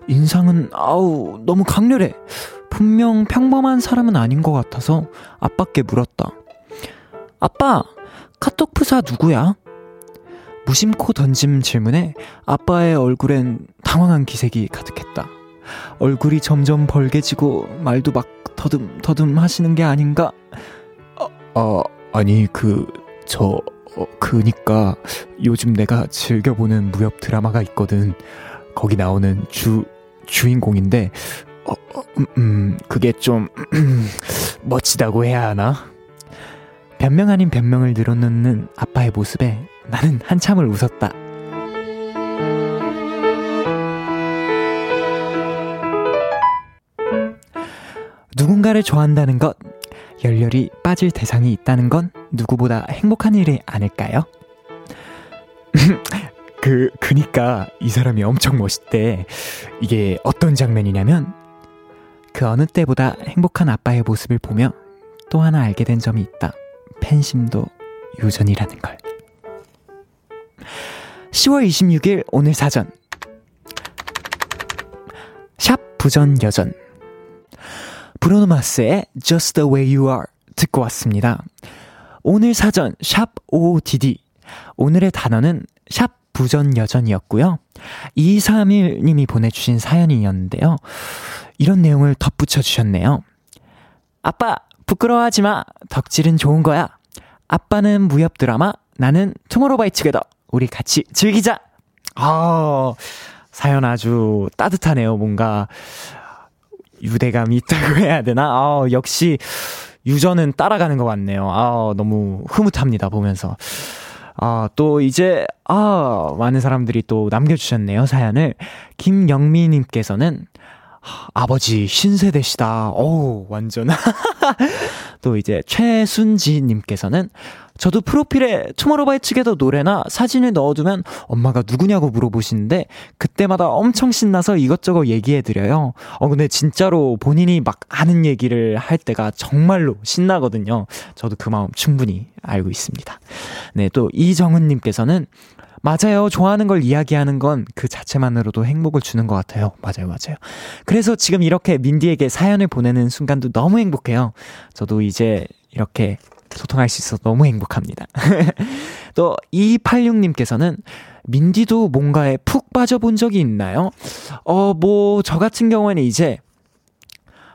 A: 인상은 아우 너무 강렬해. 분명 평범한 사람은 아닌 것 같아서 아빠께 물었다. 아빠, 카톡 프사 누구야? 무심코 던짐 질문에 아빠의 얼굴엔 당황한 기색이 가득했다. 얼굴이 점점 벌개지고 말도 막 더듬 더듬 하시는 게 아닌가? 아, 아니 그 저 그니까 요즘 내가 즐겨 보는 무협 드라마가 있거든. 거기 나오는 주 주인공인데 어, 어, 음, 음, 그게 좀 [CLEARS THROAT] 멋지다고 해야 하나? 변명 아닌 변명을 늘어놓는 아빠의 모습에 나는 한참을 웃었다. 누군가를 좋아한다는 것, 열렬히 빠질 대상이 있다는 건 누구보다 행복한 일이 아닐까요? [LAUGHS] 그, 그니까 이 사람이 엄청 멋있대. 이게 어떤 장면이냐면, 그 어느 때보다 행복한 아빠의 모습을 보며 또 하나 알게 된 점이 있다. 팬심도 유전이라는 걸. 10월 26일 오늘 사전. 샵 부전 여전. 브루노 마스의 Just the way you are 듣고 왔습니다. 오늘 사전 샵 OODD 오늘의 단어는 샵 부전 여전이었고요. 231님이 보내주신 사연이었는데요. 이런 내용을 덧붙여 주셨네요. 아빠 부끄러워하지 마 덕질은 좋은 거야. 아빠는 무협 드라마 나는 투모로우바이투게더 우리 같이 즐기자. 아 사연 아주 따뜻하네요 뭔가 유대감이 있다고 해야 되나? 아, 역시 유저는 따라가는 것 같네요. 아, 너무 흐뭇합니다 보면서. 아, 또 이제, 아, 많은 사람들이 또 남겨주셨네요, 사연을. 김영미님께서는, 하, 아버지 신세대시다. 어우, 완전. [LAUGHS] 또 이제 최순지님께서는, 저도 프로필에 투모로바이 측에도 노래나 사진을 넣어두면 엄마가 누구냐고 물어보시는데 그때마다 엄청 신나서 이것저것 얘기해드려요. 어, 근데 진짜로 본인이 막 아는 얘기를 할 때가 정말로 신나거든요. 저도 그 마음 충분히 알고 있습니다. 네, 또 이정은님께서는 맞아요. 좋아하는 걸 이야기하는 건 그 자체만으로도 행복을 주는 것 같아요. 맞아요, 맞아요. 그래서 지금 이렇게 민디에게 사연을 보내는 순간도 너무 행복해요. 저도 이제 이렇게 소통할 수 있어서 너무 행복합니다. [LAUGHS] 또 286님께서는 민디도 뭔가에 푹 빠져본 적이 있나요? 어, 뭐, 저 같은 경우에는 이제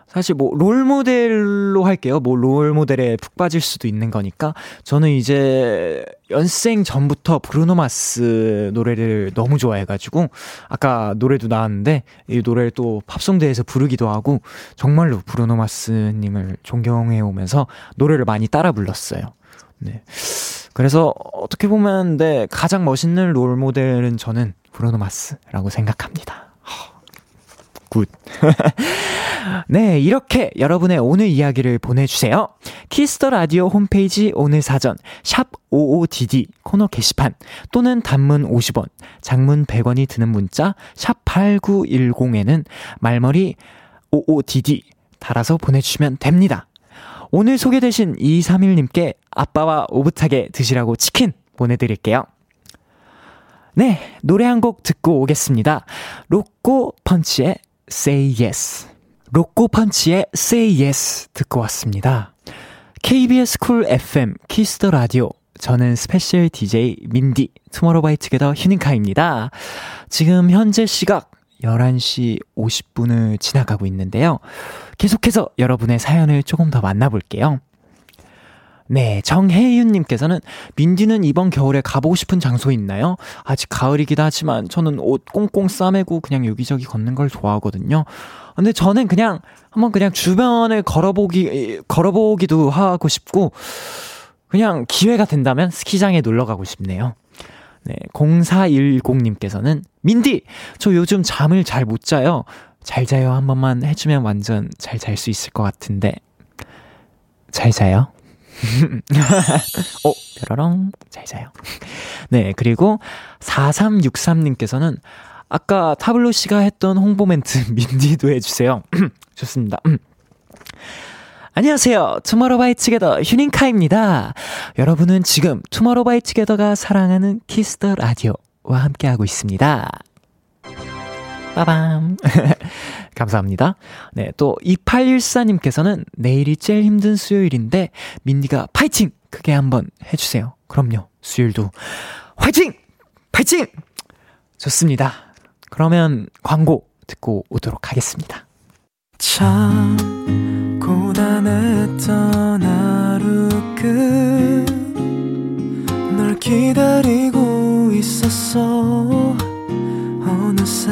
A: 사실 뭐 롤모델로 할게요. 뭐 롤모델에 푹 빠질 수도 있는 거니까 저는 이제 연생 전부터 브루노 마스 노래를 너무 좋아해가지고 아까 노래도 나왔는데 이 노래를 또 팝송대에서 부르기도 하고 정말로 브루노 마스님을 존경해 오면서 노래를 많이 따라 불렀어요. 네. 그래서 어떻게 보면 네 가장 멋있는 롤모델은 저는 브루노 마스라고 생각합니다. 굿. 네, 이렇게 여러분의 오늘 이야기를 보내주세요. 키스터 라디오 홈페이지 오늘 사전, 샵 55DD 코너 게시판, 또는 단문 50원, 장문 100원이 드는 문자, 샵 8910에는 말머리 55DD 달아서 보내주시면 됩니다. 오늘 소개되신 231님께 아빠와 오붓하게 드시라고 치킨 보내드릴게요. 네, 노래 한 곡 듣고 오겠습니다. 로꼬 펀치의 Say Yes. 로꼬 펀치의 Say Yes 듣고 왔습니다. KBS 쿨 FM 키스터 라디오. 저는 스페셜 DJ 민디 투모로우바이트게더 휴닝카입니다. 지금 현재 시각 11시 50분을 지나가고 있는데요. 계속해서 여러분의 사연을 조금 더 만나볼게요. 네, 정혜윤님께서는 민디는 이번 겨울에 가보고 싶은 장소 있나요? 아직 가을이기도 하지만 저는 옷 꽁꽁 싸매고 그냥 여기저기 걷는 걸 좋아하거든요. 근데 저는 그냥 한번 그냥 주변을 걸어보기 걸어보기도 하고 싶고 그냥 기회가 된다면 스키장에 놀러 가고 싶네요. 네, 0410님께서는 민디, 저 요즘 잠을 잘 못 자요. 잘 자요 한 번만 해주면 완전 잘 잘 수 있을 것 같은데 잘 자요. 어, 뾰로롱. 잘 자요. [LAUGHS] 네, 그리고 4363님께서는 아까 타블로 씨가 했던 홍보 멘트 [LAUGHS] 민디도 해주세요. [CLEARS THROAT] 좋습니다. 안녕하세요. 투모로우바이투게더 휴닝카입니다. 여러분은 지금 투모로우바이투게더가 사랑하는 키스더 라디오와 함께하고 있습니다. 빠밤. [LAUGHS] 감사합니다. 네, 또 2814님께서는 내일이 제일 힘든 수요일인데 민디가 파이팅 크게 한번 해주세요. 그럼요. 수요일도 화이팅! 파이팅! 좋습니다. 그러면 광고 듣고 오도록 하겠습니다.
J: 참 고단했던 하루 끝널 기다리고 있었어 어느새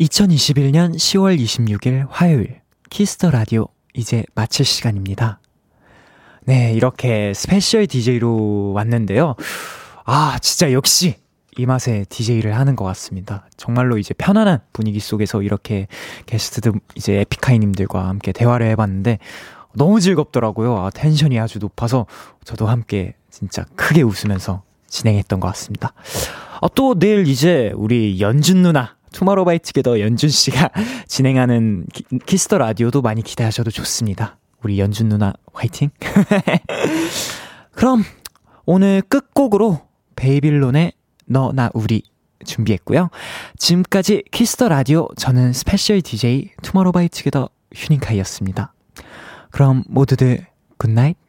A: 2021년 10월 26일 화요일 키스터 라디오 이제 마칠 시간입니다. 네, 이렇게 스페셜 DJ로 왔는데요. 아, 진짜 역시 이 맛에 DJ를 하는 것 같습니다. 정말로 이제 편안한 분위기 속에서 이렇게 게스트들, 이제 에픽하이님들과 함께 대화를 해봤는데 너무 즐겁더라고요. 아, 텐션이 아주 높아서 저도 함께 진짜 크게 웃으면서 진행했던 것 같습니다. 아, 또 내일 이제 우리 연준 누나 투마로바이트게더 연준 씨가 [LAUGHS] 진행하는 키, 키스터 라디오도 많이 기대하셔도 좋습니다. 우리 연준 누나 화이팅. 그럼 오늘 네, 끝곡으로 베이빌론의 너 나 우리 준비했고요. 지금까지 키스터 라디오 저는 스페셜 DJ 투마로바이트게더 휴닝카이였습니다. 그럼 모두들 굿나잇.